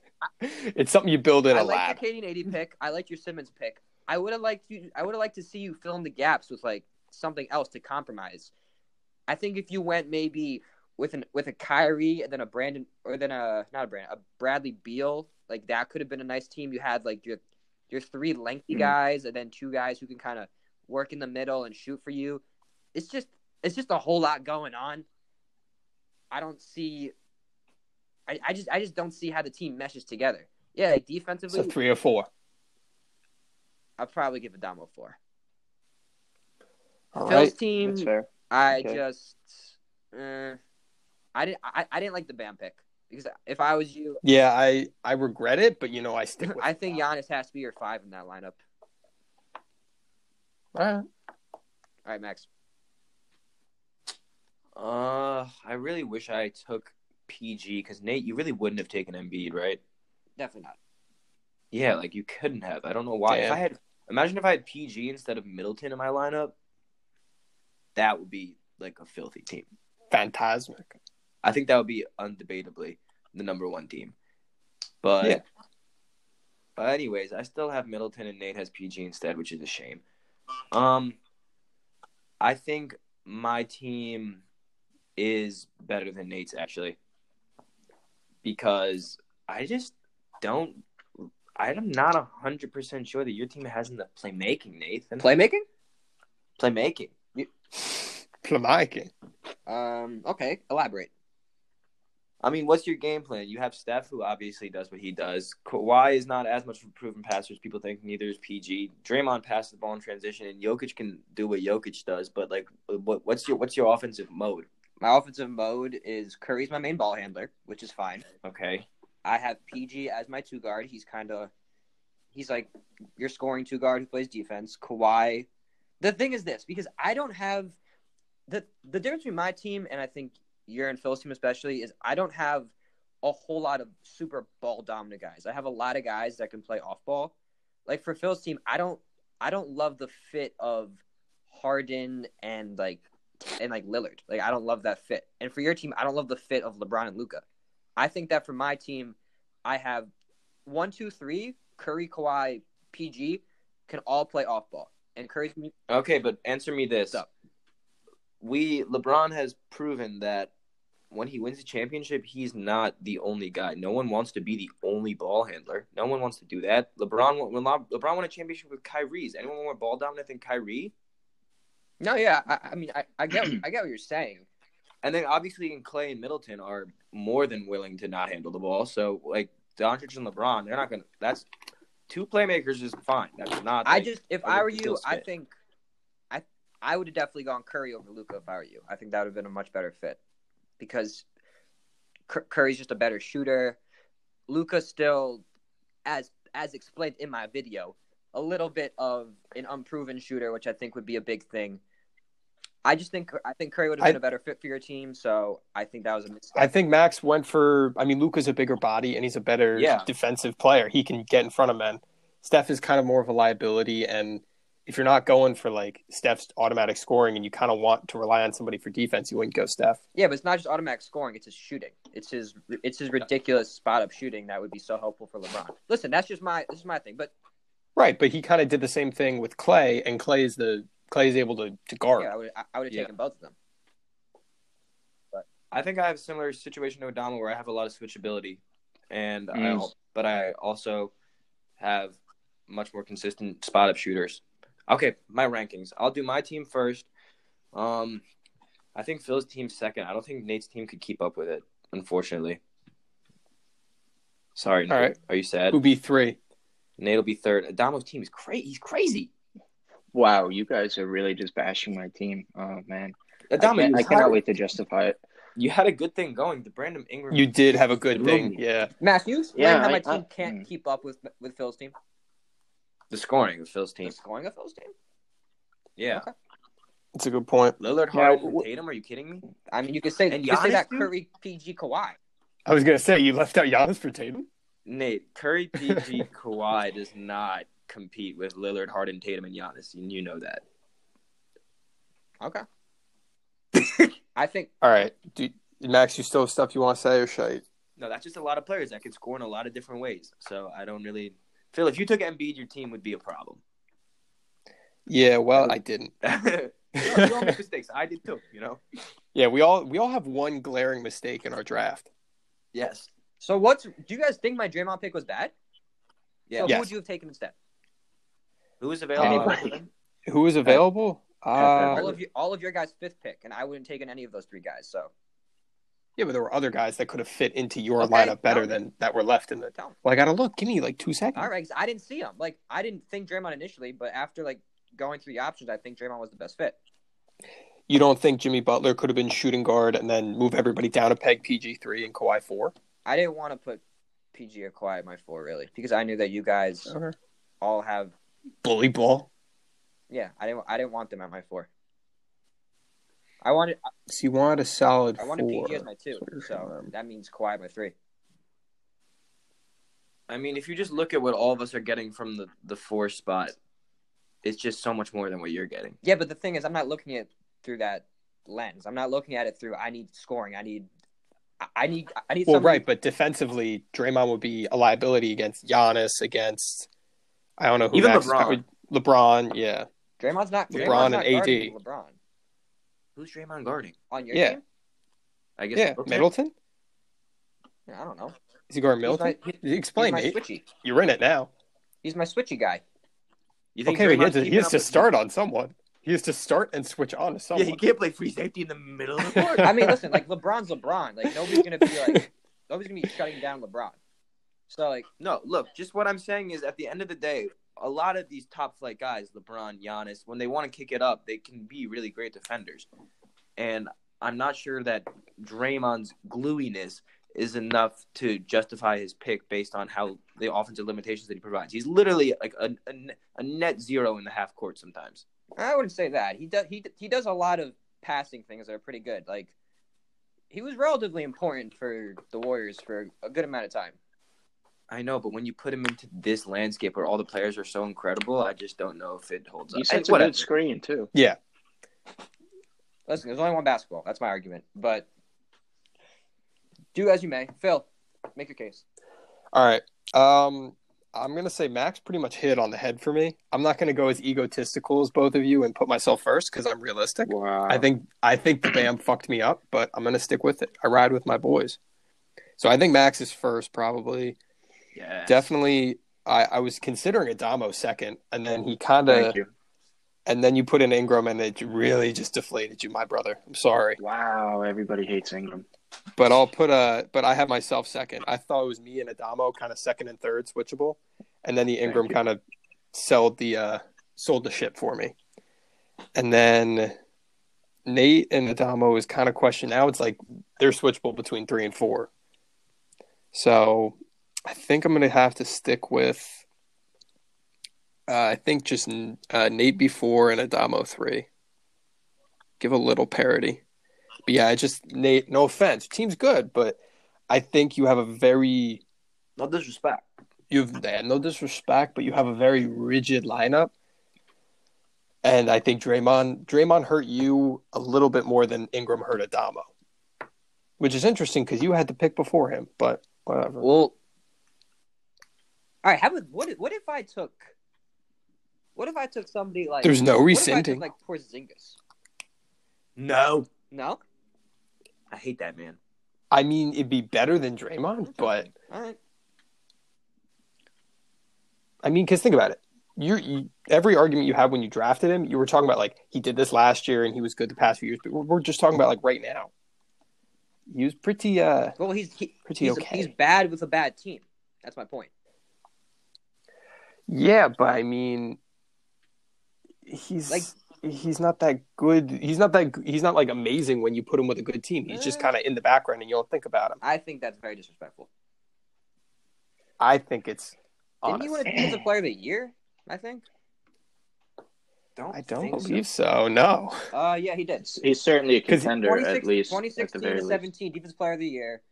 B: it's something you build in
A: I
B: a
A: like
B: lab.
A: the KD and eighty pick. I like your Simmons pick. I would have liked you. I would have liked to see you fill in the gaps with like something else to compromise. I think if you went maybe with an with a Kyrie and then a Brandon or then a not a Brandon a Bradley Beal like that could have been a nice team. You had like your your three lengthy
D: Mhm.
A: guys and then two guys who can kind of work in the middle and shoot for you. It's just it's just a whole lot going on. I don't see. I, I just I just don't see how the team meshes together. Yeah, like defensively,
B: So three or four.
A: I'll probably give Adamo a four.
B: All
A: Phil's
B: right.
D: That's
A: team,
D: fair.
A: I
D: Okay.
A: just, uh, I didn't, I, I didn't like the Bam pick because if I was you,
B: Yeah, I I regret it, but you know I stick with.
A: I
B: it.
A: think Giannis has to be your five in that lineup.
B: All right.
A: All right, Max.
C: Uh, I really wish I took PG because Nate, you really wouldn't have taken Embiid, right?
A: Definitely not.
C: Yeah, like you couldn't have. I don't know why. If
B: Damn.
C: I had, imagine if I had PG instead of Middleton in my lineup, that would be like a filthy team.
B: Fantasmic.
C: I think that would be undebatably the number one team. But,
B: Yeah.
C: but anyways, I still have Middleton and Nate has PG instead, which is a shame. Um, I think my team is better than Nate's actually, because I just don't. I'm not hundred percent sure that your team has enough playmaking, Nathan.
A: Playmaking?
C: playmaking.
B: Plamaki.
A: Um. Okay. Elaborate.
C: I mean, what's your game plan? You have Steph, who obviously does what he does. Kawhi is not as much of a proven passer as people think. Neither is PG. Draymond passes the ball in transition, and Jokic can do what Jokic does. But like, what, what's your what's your offensive mode?
A: My offensive mode is Curry's my main ball handler, which is fine.
C: Okay,
A: I have PG as my two guard. He's kind of, he's like your scoring two guard who plays defense. Kawhi. The thing is this because I don't have the the difference between my team and I think your and Phil's team especially is I don't have a whole lot of super ball dominant guys. I have a lot of guys that can play off ball. Like for Phil's team, I don't I don't love the fit of Harden and like and like Lillard. Like I don't love that fit. And for your team, I don't love the fit of LeBron and Luca. I think that for my team, I have one, two, three, Curry, Kawhi, PG can all play off ball. And Curry's gonna be-
C: Okay, but answer me this.
A: What's up?
C: We LeBron has proven that when he wins a championship, he's not the only guy. No one wants to be the only ball handler. No one wants to do that. LeBron won- when Le- LeBron won a championship with Kyrie's. Anyone more ball dominant than Kyrie?
A: No, yeah, I, I mean I, I get I get what you're saying.
C: And then obviously, and Clay and Middleton are more than willing to not handle the ball. So like Doncic and LeBron, they're not gonna. That's two playmakers is fine. That's not.
A: I
C: like-
A: just if
C: I
A: I were
C: would
A: you,
C: still
A: I
C: spit.
A: think I I would have definitely gone Curry over Luca if I were you. I think that would have been a much better fit because Cur- Curry's just a better shooter. Luca still, as as explained in my video, a little bit of an unproven shooter, which I think would be a big thing. I just think I think Curry would have been
B: I-
A: a better fit for your team, so I think that was a mistake.
B: I think Max went for. I mean, Luca's a bigger body and he's a better
C: Yeah.
B: defensive player. He can get in front of men. Steph is kind of more of a liability, and if you're not going for like Steph's automatic scoring and you kind of want to rely on somebody for defense, you wouldn't go Steph.
A: Yeah, but it's not just automatic scoring; it's his shooting. It's his it's his ridiculous spot up shooting that would be so helpful for LeBron. Listen, that's just my this is my thing, but
B: Right, but he kind of did the same thing with Clay, and Clay is the Clay is able to to guard.
A: yeah, I would I- I would have
C: Yeah.
A: taken both of them.
C: I think I have a similar situation to Adama where I have a lot of switchability, and I
D: Mm.
C: al- but I also have much more consistent spot up shooters. Okay, my rankings. I'll do my team first. Um, I think Phil's team second. I don't think Nate's team could keep up with it, unfortunately. Sorry, Nate.
B: All right.
C: Are you sad?
B: Who'd be three?
C: Nate will be third. Adamo's team is crazy. He's crazy.
D: Wow, you guys are really just bashing my team. Oh man, I,
C: Adamo,
D: can't-
C: you,
D: I
C: had-
D: cannot wait to justify it.
C: you had a good thing going. The Brandon Ingram.
B: You did have a good
C: Rooney.
B: thing, yeah.
A: Matt, you explain
D: Yeah,
A: how my
D: I- I-
A: team can't
D: mm.
A: keep up with with Phil's team,
C: the scoring of Phil's team.
A: the scoring of Phil's team.
C: Yeah.
A: Okay.
B: It's a good point.
C: Lillard,
D: Yeah,
C: Harden,
D: w-
C: Tatum. Are you kidding me?
A: I mean, you could say
C: And
A: you could say
C: Giannis,
A: that
C: dude?
A: Curry, PG, Kawhi.
B: I was gonna say you left out Giannis for Tatum.
C: Nate, Curry, PG, Kawhi does not compete with Lillard, Harden, Tatum, and Giannis, and you know that.
A: Okay. I think
B: All right, do, Max, you still have stuff you want to say or shite?
C: No, that's just a lot of players that can score in a lot of different ways. So I don't really Phil. If you took Embiid, your team would be a problem.
B: Yeah, well, I didn't.
C: No, we all make mistakes. I did too. You know.
B: yeah, we all we all have one glaring mistake in our draft.
C: Yes.
A: so. What's do you guys think my Draymond pick was bad?
C: Yeah.
A: So
B: Yes.
A: who would you have taken instead?
C: Who is available?
D: Anybody.
B: Who is available?
D: Uh,
A: All
B: Uh,
A: of you, all of your guys' fifth pick, and I wouldn't have taken any of those three guys. So
B: yeah, but there were other guys that could have fit into your
A: Okay,
B: lineup better
A: no.
B: than that were left in the.
A: tell 'em.
B: Well, I gotta look. Give me like two seconds.
A: All right, 'cause I didn't see him. Like I didn't think Draymond initially, but after like going through the options, I think Draymond was the best fit.
B: You don't think Jimmy Butler could have been shooting guard and then move everybody down a peg, PG three and Kawhi four?
A: I didn't want to put PG or Kawhi at my four really because I knew that you guys all have.
B: Bully ball.
A: Yeah, I didn't. I didn't want them at my four. I wanted.
B: So you wanted a solid
A: I wanted
B: four.
A: PG as my two, so that means Kawhi at my three.
C: I mean, if you just look at what all of us are getting from the the four spot, it's just so much more than what you're getting.
A: Yeah, but the thing is, I'm not looking at it through that lens. I'm not looking at it through. I need scoring. I need. I- I need. I need.
B: Well,
A: somebody-
B: right, but defensively, Draymond would be a liability against Giannis, against I don't know who
C: Even
B: Max-
C: LeBron.
B: LeBron, yeah,
A: Draymond's not.
C: LeBron
A: Draymond's
B: and
A: not
B: AD.
A: guarding LeBron
C: Who's Draymond guarding?
A: on your
B: Yeah.
A: team.
C: I guess
B: yeah.
C: Middleton?
B: Middleton
A: Yeah, I don't know.
B: is he guarding
A: He's
B: Middleton?
A: my- He's
B: Explain,
A: my
B: Nate.
A: switchy.
B: You're in it now.
A: He's my switchy guy.
C: You think
B: Okay, but he
C: Draymond's
B: has to, he
C: keeping
B: has
C: up
B: to
C: with-
B: start on someone. He has to start and switch on to
C: Yeah,
B: someone.
C: he can't play free safety in the middle of the court.
A: I mean, listen, like LeBron's LeBron. Like nobody's gonna be like nobody's gonna be shutting down LeBron. So like,
C: No, look, just what I'm saying is at the end of the day, a lot of these top flight guys, LeBron, Giannis, when they want to kick it up, they can be really great defenders. And I'm not sure that Draymond's glueiness is enough to justify his pick based on how the offensive limitations that he provides. He's literally like a, a, a net zero in the half court sometimes.
A: I wouldn't say that he does he he does a lot of passing things that are pretty good. Like he was relatively important for the Warriors for a good amount of time.
C: I know, but when you put him into this landscape where all the players are so incredible, I just don't know if it holds
D: He
C: up.
D: sets
C: And
D: a
C: whatever.
D: good screen too.
A: Listen, there's only one basketball. That's my argument. But do as you may. Phil, make your case.
B: All right. Um, I'm gonna say Max pretty much hit it on the head for me. I'm not gonna go as egotistical as both of you and put myself first because I'm realistic.
D: Wow.
B: I think I think the Bam fucked me up, but I'm gonna stick with it. I ride with my boys. So I think Max is first, probably.
C: Yeah.
B: Definitely, I, I was considering Adamo second, and then he kind of,
D: Thank you.
B: and then you put in Ingram, and it really just deflated you, my brother. I'm sorry,
D: Wow, everybody hates Ingram.
B: but I'll put a, but I have myself second. I thought it was me and Adamo kind of second and third switchable, and then the Ingram
D: you.
B: kind of sold the uh, sold the ship for me, and then Nate and Adamo is kind of questioned now. It's like they're switchable between three and four, so I think I'm gonna have to stick with. Uh, I think just uh, Nate before and Adamo three. Give a little parody. But yeah, I just Nate. No offense, team's good, but I think you have a very
C: No disrespect.
B: you've eh, no disrespect, but you have a very rigid lineup. And I think Draymond Draymond hurt you a little bit more than Ingram hurt Adamo, which is interesting because you had to pick before him. But whatever.
A: Well, all right. How about what? If, what if I took? What if I took somebody like?
B: There's no
A: what if I took,
B: rescinding.
A: Like Porzingis.
C: No.
A: No.
C: I hate that man.
B: I mean, it'd be better than Draymond, but
A: All right.
B: I mean, because think about it. You're, you every argument you had when you drafted him, you were talking about like he did this last year and he was good the past few years, but we're, we're just talking about like right now. He was pretty uh
A: Well, he's he,
B: pretty
A: he's,
B: okay.
A: he's bad with a bad team. That's my point.
B: Yeah, but I mean, he's
A: Like-
B: he's not that good. He's not that he's not like amazing when you put him with a good team. He's just
A: Eh.
B: kind of in the background and you don't think about him.
A: I think that's very disrespectful.
B: I think it's
A: Didn't
B: honest.
A: he win a defensive player of the year? I think.
C: Don't
B: I don't
C: think so.
B: believe so. No,
A: Uh, yeah, he did.
D: He's certainly a
B: 'Cause
D: contender, at least. At the
A: 2016
D: very
A: to
D: least.
A: 17, defensive player of the year,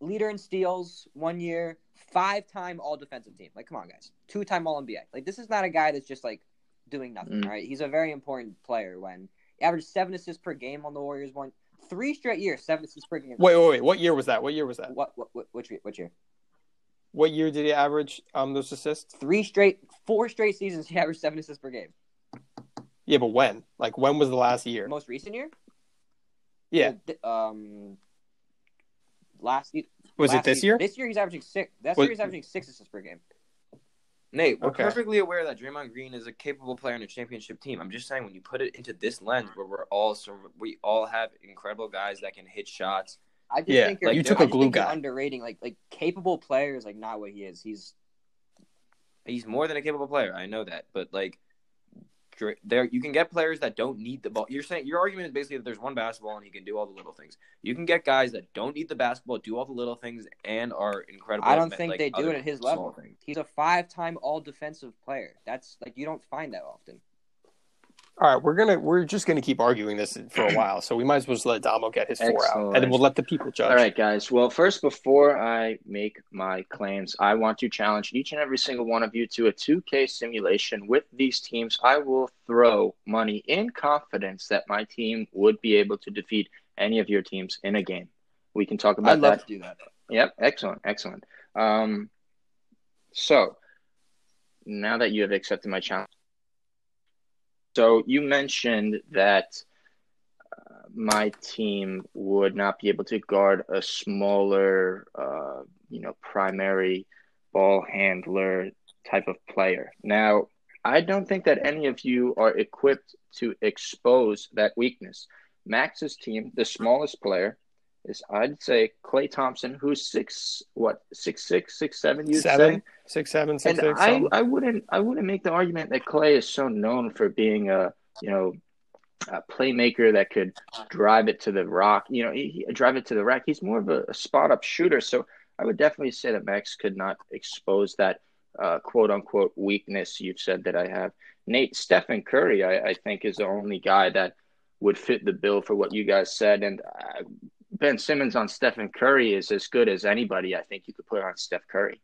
A: leader in steals one year, five time all defensive team. Like, come on, guys. Two time all NBA. Like, this is not a guy that's just like doing nothing,
D: Mm.
A: right? He's a very important player when he averaged seven assists per game on the Warriors one, three straight years, seven assists per game.
B: wait, wait, wait. What year was that? What year was that?
A: What, what, what, which, year- which year?
B: What year did he average um those assists?
A: Three straight, four straight seasons, he averaged seven assists per game.
B: Yeah, but when? Like when was the last year?
A: Most recent year?
B: Yeah,
A: Um, last se-
B: was it
A: last
B: this
A: se-
B: year?
A: This year he's averaging six. That
B: Was-
A: year he's averaging six assists per game.
C: Nate, we're
B: Okay.
C: perfectly aware that Draymond Green is a capable player on a championship team. I'm just saying, when you put it into this lens, where we're all sur- we all have incredible guys that can hit shots.
A: I just
B: Yeah,
A: think you're,
C: like, you took
A: I
B: a
A: just
B: glue
A: think you're
B: guy.
A: underrating like like capable players like not what he is. He's
C: He's more than a capable player. I know that, but like, Dra- there you can get players that don't need the ball. You're saying your argument is basically that there's one basketball and he can do all the little things. You can get guys that don't need the basketball, do all the little things, and are incredible.
A: I
C: at
A: don't
C: ma-
A: think
C: like,
A: they do
C: other
A: it at his
C: small
A: level.
C: things.
A: he's a five time all defensive player. That's like you don't find that often.
B: All right, we're gonna we're just gonna keep arguing this for a while, so we might as well just let Damo get his four out, and then
D: Excellent.
B: we'll let the people judge.
D: All right, guys. Well, first, before I make my claims, I want to challenge each and every single one of you to a 2K simulation with these teams. I will throw money in confidence that my team would be able to defeat any of your teams in a game. We can talk about
A: I'd love
D: that.
A: to do that.
D: Yep, excellent, excellent. Um, so now that you have accepted my challenge, so you mentioned that uh, my team would not be able to guard a smaller, uh, you know, primary ball handler type of player. Now, I don't think that any of you are equipped to expose that weakness. Max's team, the smallest player, is I'd say Clay Thompson, who's six what six six six seven. You'd
B: seven,
D: say,
B: six, seven, six,
D: and
B: six,
D: I,
B: something.
D: I wouldn't I wouldn't make the argument that Clay is so known for being a you know a playmaker that could drive it to the rock. You know, he, he- drive it to the rack. He's more of a, a spot up shooter. So I would definitely say that Max could not expose that uh, quote unquote weakness you've said that I have. Nate Stephen Curry, I, I think, is the only guy that would fit the bill for what you guys said. And uh, Ben Simmons on Stephen Curry is as good as anybody. I think you could put on Steph Curry,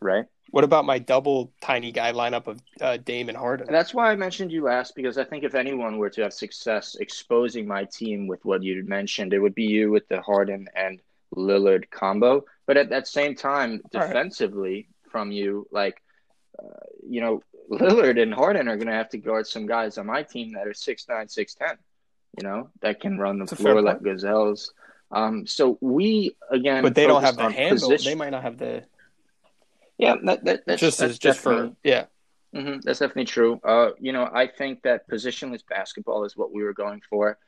D: right?
B: What about my double tiny guy lineup of uh, Dame and Harden?
D: And that's why I mentioned you last because I think if anyone were to have success exposing my team with what you mentioned, it would be you with the Harden and Lillard combo. But at that same time,
B: All right.
D: defensively from you, like uh, you know, Lillard and Harden are going to have to guard some guys on my team that are six nine, six ten. You know, that can run the
B: It's a fair
D: floor like gazelles. Um, so we again,
B: But they don't have
D: focused
B: the
D: on
B: handle.
D: position-
B: They might not have the
D: yeah, that, that, that's
B: just
D: that's
B: as just
D: definitely-
B: for yeah.
D: hmm that's definitely true. Uh, you know, I think that positionless basketball is what we were going for.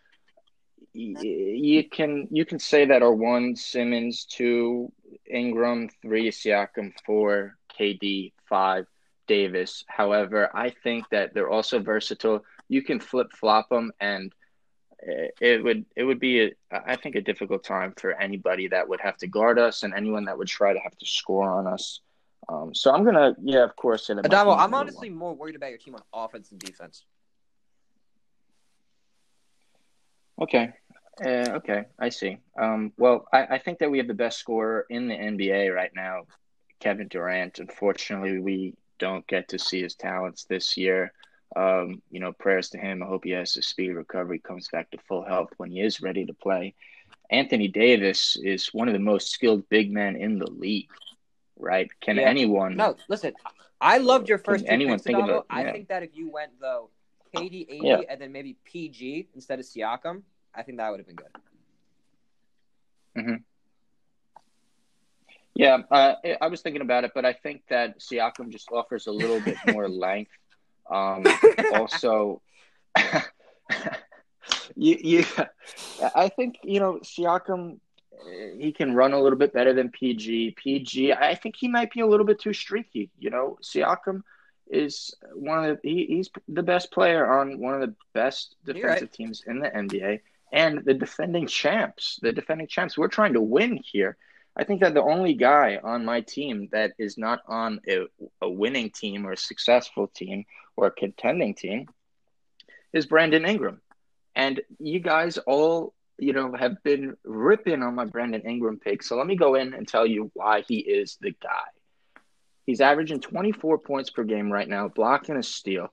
D: Y- You can you can say that our one Simmons, two Ingram, three Siakam, four KD, five Davis. However, I think that they're also versatile. You can flip flop them, and uh, it would it would be a, I think a difficult time for anybody that would have to guard us and anyone that would try to have to score on us. Um, so I'm gonna yeah, of course. and it might be
A: Adamo, I'm
D: number
A: honestly more worried about your team on offense than defense.
D: Okay. Uh, okay, I see. Um, well, I, I think that we have the best scorer in the NBA right now, Kevin Durant. Unfortunately, we don't get to see his talents this year. Um, you know, prayers to him. I hope he has a speedy recovery, comes back to full health when he is ready to play. Anthony Davis is one of the most skilled big men in the league, right? Can
A: Yeah.
D: anyone?
A: No, listen, I loved your first
D: Can
A: two
D: anyone
A: picks,
D: think of
A: Adamo.
D: it?
A: I
D: Yeah.
A: think that if you went though, KD, AD,
D: Yeah.
A: and then maybe PG instead of Siakam, I think that would have been good.
D: Yeah, uh, I- I was thinking about it, but I think that Siakam just offers a little bit more length. Um, also, you, you, I think you know Siakam. uh, He can run a little bit better than PG. PG, I think he might be a little bit too streaky. You know, Siakam is one of the, he, he's the best player on one of the best
A: You're right.
D: defensive teams in the NBA and the defending champs. The defending champs. We're trying to win here. I think that the only guy on my team that is not on a, a winning team or a successful team or a contending team is Brandon Ingram. And you guys all, you know, have been ripping on my Brandon Ingram pick. So let me go in and tell you why he is the guy. He's averaging 24 points per game right now, blocking a steal.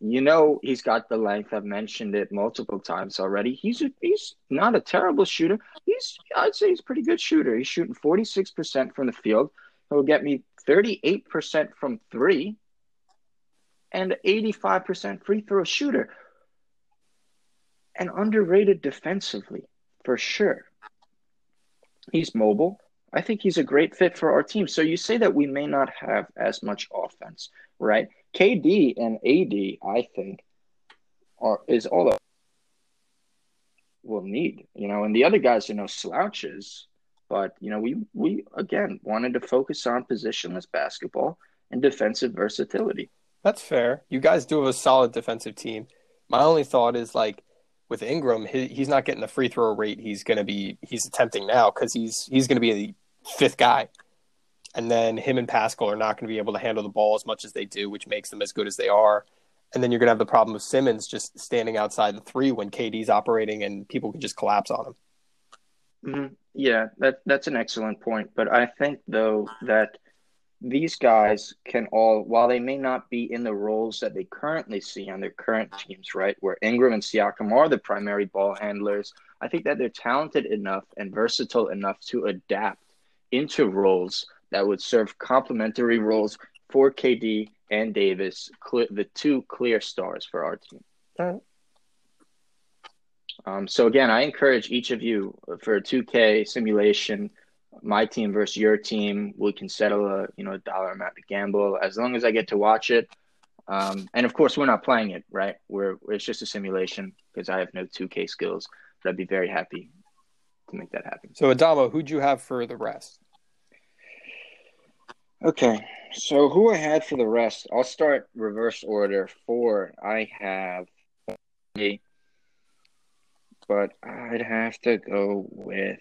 D: You know he's got the length. I've mentioned it multiple times already. He's a, he's not a terrible shooter he's I'd say he's a pretty good shooter. He's shooting 46% from the field. He'll get me 38% from three and 85% free throw shooter. And underrated defensively, for sure. He's mobile. I think he's a great fit for our team. So you say that we may not have as much offense, right? KD and AD, I think, are is all that we'll need, you know, and the other guys are no slouches, but you know, we we again wanted to focus on positionless basketball and defensive versatility.
B: That's fair. You guys do have a solid defensive team. My only thought is like with Ingram, he, he's not getting the free throw rate he's going to be he's attempting now because he's he's going to be the fifth guy, and then him and Pascal are not going to be able to handle the ball as much as they do, which makes them as good as they are. And then you're going to have the problem of Simmons just standing outside the three when KD's operating and people can just collapse on him.
D: Mhm. Yeah, that that's an excellent point, but I think though that these guys can all, while they may not be in the roles that they currently see on their current teams, right, where Ingram and Siakam are the primary ball handlers, I think that they're talented enough and versatile enough to adapt into roles that would serve complementary roles for KD and Davis, cle the two clear stars for our team.
B: Alright.
D: Um, so again, I encourage each of you for a 2K simulation my team versus your team. We can settle a you know a dollar amount to gamble as long as I get to watch it. Um, and of course, we're not playing it, right? We're it's just a simulation because I have no 2K skills, but I'd be very happy to make that happen.
B: So Adamo, who'd you have for the rest?
D: Okay, so who I had for the rest, I'll start reverse order. Four, I have, but I'd have to go with.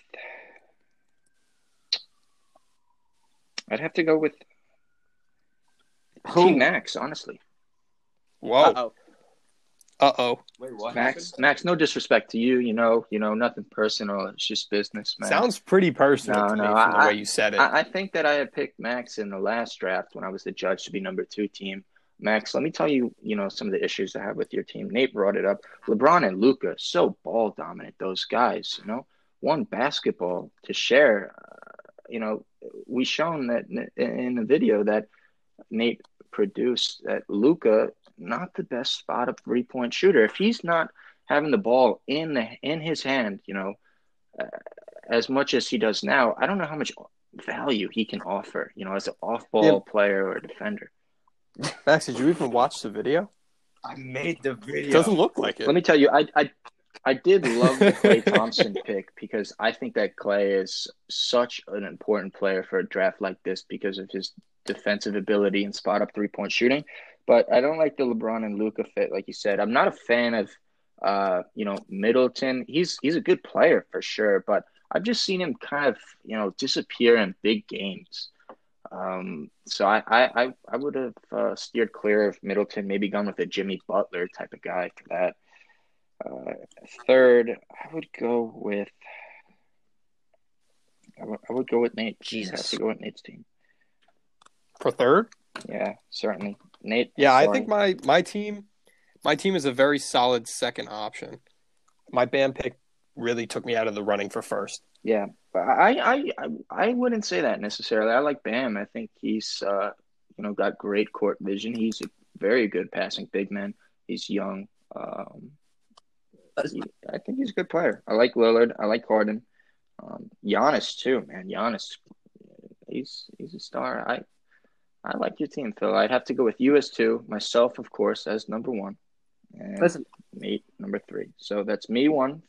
D: I'd have to go with T Max, honestly.
B: Whoa,
A: oh.
B: Uh oh.
C: Wait, what?
D: Max,
C: happened?
D: Max, no disrespect to you. You know, you know, nothing personal. It's just business, man.
B: Sounds pretty personal
D: No,
B: to me
D: no,
B: from the
D: I-
B: way you said it.
D: I, I think that I had picked Max in the last draft when I was the judge to be number two team. Max, let me tell you, you know, some of the issues I have with your team. Nate brought it up. LeBron and Luca, so ball dominant, those guys, you know, one basketball to share. Uh, you know, we shown that in- in the video that Nate produced that Luca, not the best spot up three point shooter. If he's not having the ball in the in his hand, you know, uh, as much as he does now, I don't know how much value he can offer, you know, as an off ball player or defender.
B: Max, did you even watch the video?
C: I made the video.
B: It doesn't look like it.
D: Let me tell you, I I I did love the Clay Thompson pick because I think that Clay is such an important player for a draft like this because of his defensive ability and spot up three point shooting. But I don't like the LeBron and Luca fit, like you said. I'm not a fan of uh, you know, Middleton. He's he's a good player for sure, but I've just seen him kind of, you know, disappear in big games. Um, so I, I, I, I would have uh, steered clear of Middleton, maybe gone with a Jimmy Butler type of guy for that. Uh, third, I would go with. I would, I would go with Nate. I have
A: Jesus.
D: to go with Nate's team.
B: For third?
D: Yeah, certainly. Nate.
B: Yeah, I
D: sorry.
B: think my my team my team is a very solid second option. My band pick really took me out of the running for first.
D: Yeah, but I, I, I, I wouldn't say that necessarily. I like Bam. I think he's, uh, you know, got great court vision. He's a very good passing big man. He's young. Um, he- I think he's a good player. I like Lillard. I like Harden. Um, Giannis too, man. Giannis, he's he's a star. I, I like your team, Phil. I'd have to go with you as two, myself, of course, as number one, and
A: Listen,
D: Nate number three. So that's me one,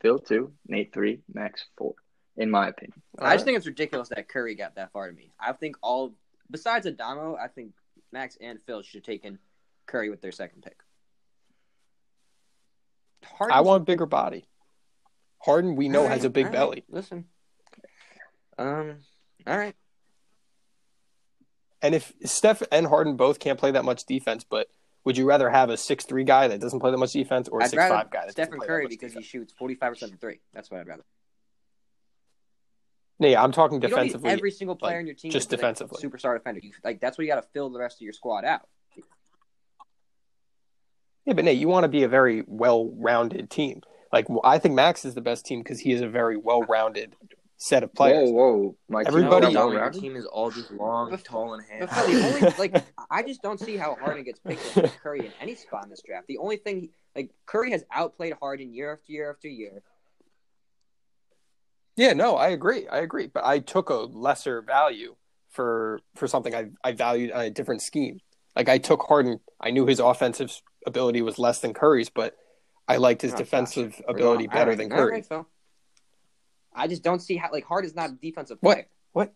D: Phil two, Nate three, Max four in my opinion. Uh,
A: I
B: Uh-huh.
A: just think it's ridiculous that Curry got that far to me. I think all besides Adamo, I think Max and Phil should have taken Curry with their second pick. Harden,
B: I want a bigger body. Harden, we know,
A: All right,
B: has a big
A: all right,
B: belly.
A: Listen. Um. All right.
B: And if Steph and Harden both can't play that much defense, but would you rather have a six three guy that doesn't play that much defense or a
A: I'd
B: six
A: rather
B: five guy? That
A: Stephen
B: doesn't play that
A: Curry
B: much
A: because
B: defense?
A: he shoots forty five percent from three. That's what I'd rather.
B: No, yeah, I'm talking
A: You don't need
B: defensively.
A: every single player
B: like,
A: in your team
B: just
A: to be, like,
B: defensively.
A: superstar defender. You, like that's what you got to fill the rest of your squad out.
B: Yeah, but Nate, you want to be a very well-rounded team. Like w- I think Max is the best team because he is a very well-rounded set of players.
D: Whoa, whoa, my team's
B: Everybody-
D: not
C: No,
D: well
C: your
D: rounded?
C: team is all just long,
A: Bef-
C: tall, and
A: But
C: handsome.
A: Phil, the only like I just don't see how Harden gets picked over Curry in any spot in this draft. The only thing like Curry has outplayed Harden year after year after year.
B: Yeah, no, I agree. I agree, but I took a lesser value for for something I I valued on a different scheme. Like I took Harden. I knew his offensive ability was less than Curry's, but I liked his
A: Oh,
B: defensive
A: We're
B: ability
A: going-
B: better
A: all
B: than
A: right, all
B: Curry.
A: right, Phil. I just don't see how like Harden's not a defensive
B: What?
A: player.
B: What?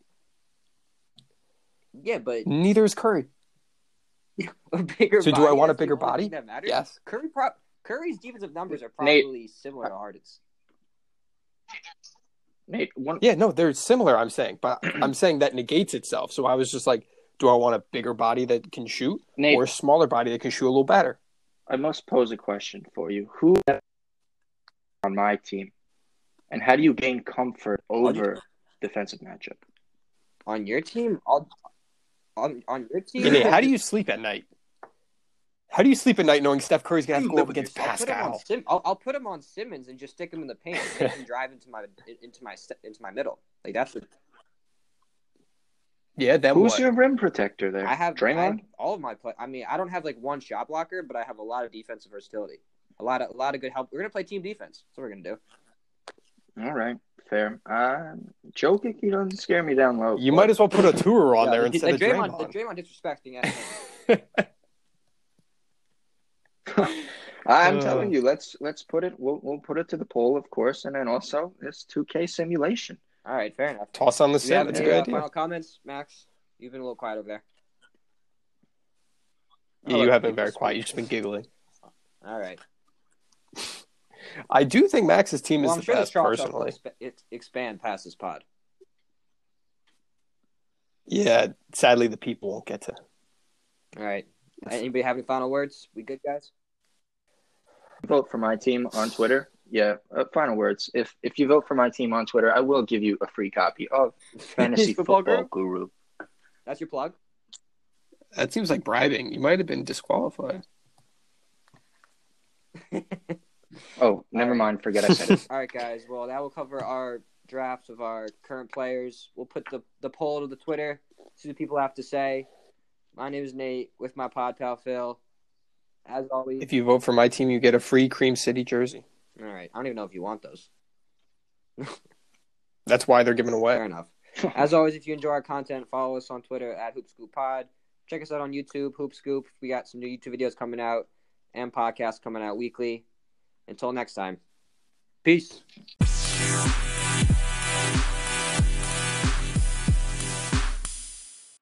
A: Yeah, but
B: Neither is Curry.
A: a bigger.
B: So do
A: body,
B: I want a
A: that's the
B: bigger
A: only
B: body?
A: thing That matters.
B: Yes.
A: Curry pro- Curry's defensive numbers are
D: Nate.
A: probably similar to Harden's.
D: Nate, one
B: Yeah, no, they're similar. I'm saying, but I'm saying that negates itself. So I was just like, do I want a bigger body that can shoot
D: Nate,
B: or a smaller body that can shoot a little better?
D: I must pose a question for you. Who on my team, and how do you gain comfort over defensive matchup?
A: On your team, I'll, on on your team.
B: Nate, how do you sleep at night? How do you sleep at night knowing Steph Curry's gonna have to
C: You
B: go
C: live
B: up
C: with
B: against
A: I'll put, him on
B: Pascal?
A: Sim- I'll, I'll put him on Simmons and just stick him in the paint and make him drive into my into my se- into my middle. Like that's what
B: Yeah, then
D: Who's
B: what?
D: your rim protector there?
A: I have. I have
D: Draymond.
A: all of my play. I mean, I don't have like one shot blocker, but I have a lot of defensive versatility. A lot of a lot of good help. We're gonna play team defense. That's what we're gonna do.
D: All right, fair. Uh, Joe Kiki doesn't scare me down low.
B: You
D: but-
B: might as well put a tour on
A: Yeah,
B: there
A: the-
B: instead
A: the
B: of
A: Draymond,
B: Draymond.
A: The Draymond disrespecting. us.
D: I'm
B: Uh.
D: telling you, let's let's put it. We'll we'll put it to the poll, of course, and then also this 2K simulation.
A: all right, fair enough.
B: Toss on the
A: Do you
B: sim.
A: have
B: It's
A: any
B: a good
A: uh,
B: idea.
A: final comments, Max? You've been a little quiet over there.
B: Yeah, you have been very quiet. You've just been giggling.
A: All right.
B: I do think Max's team is
A: Well, I'm
B: the
A: sure this
B: best,
A: chalk up will
B: personally.
A: exp- it- expand past this pod.
B: Yeah, sadly, the people won't get to.
A: All right. Anybody have any final words? We good, guys?
D: vote for my team on Twitter, yeah. Uh, final words. If if you vote for my team on Twitter, I will give you a free copy of Fantasy
A: Football
D: Football,
A: Guru?
D: Guru.
A: That's your plug.
B: That seems like bribing. You might have been disqualified.
D: Oh, never mind. Forget I said it.
A: All right, guys. Well, that will cover our drafts of our current players. We'll put the, the poll to the Twitter, see what people have to say. My name is Nate with my pod pal Phil. As always,
B: If you vote for my team, you get a free Cream City jersey.
A: all right. I don't even know if you want those.
B: That's why they're giving away.
A: Fair enough. As always, if you enjoy our content, follow us on Twitter at HoopScoopPod. Check us out on YouTube, HoopScoop. We got some new YouTube videos coming out and podcasts coming out weekly. Until next time, peace.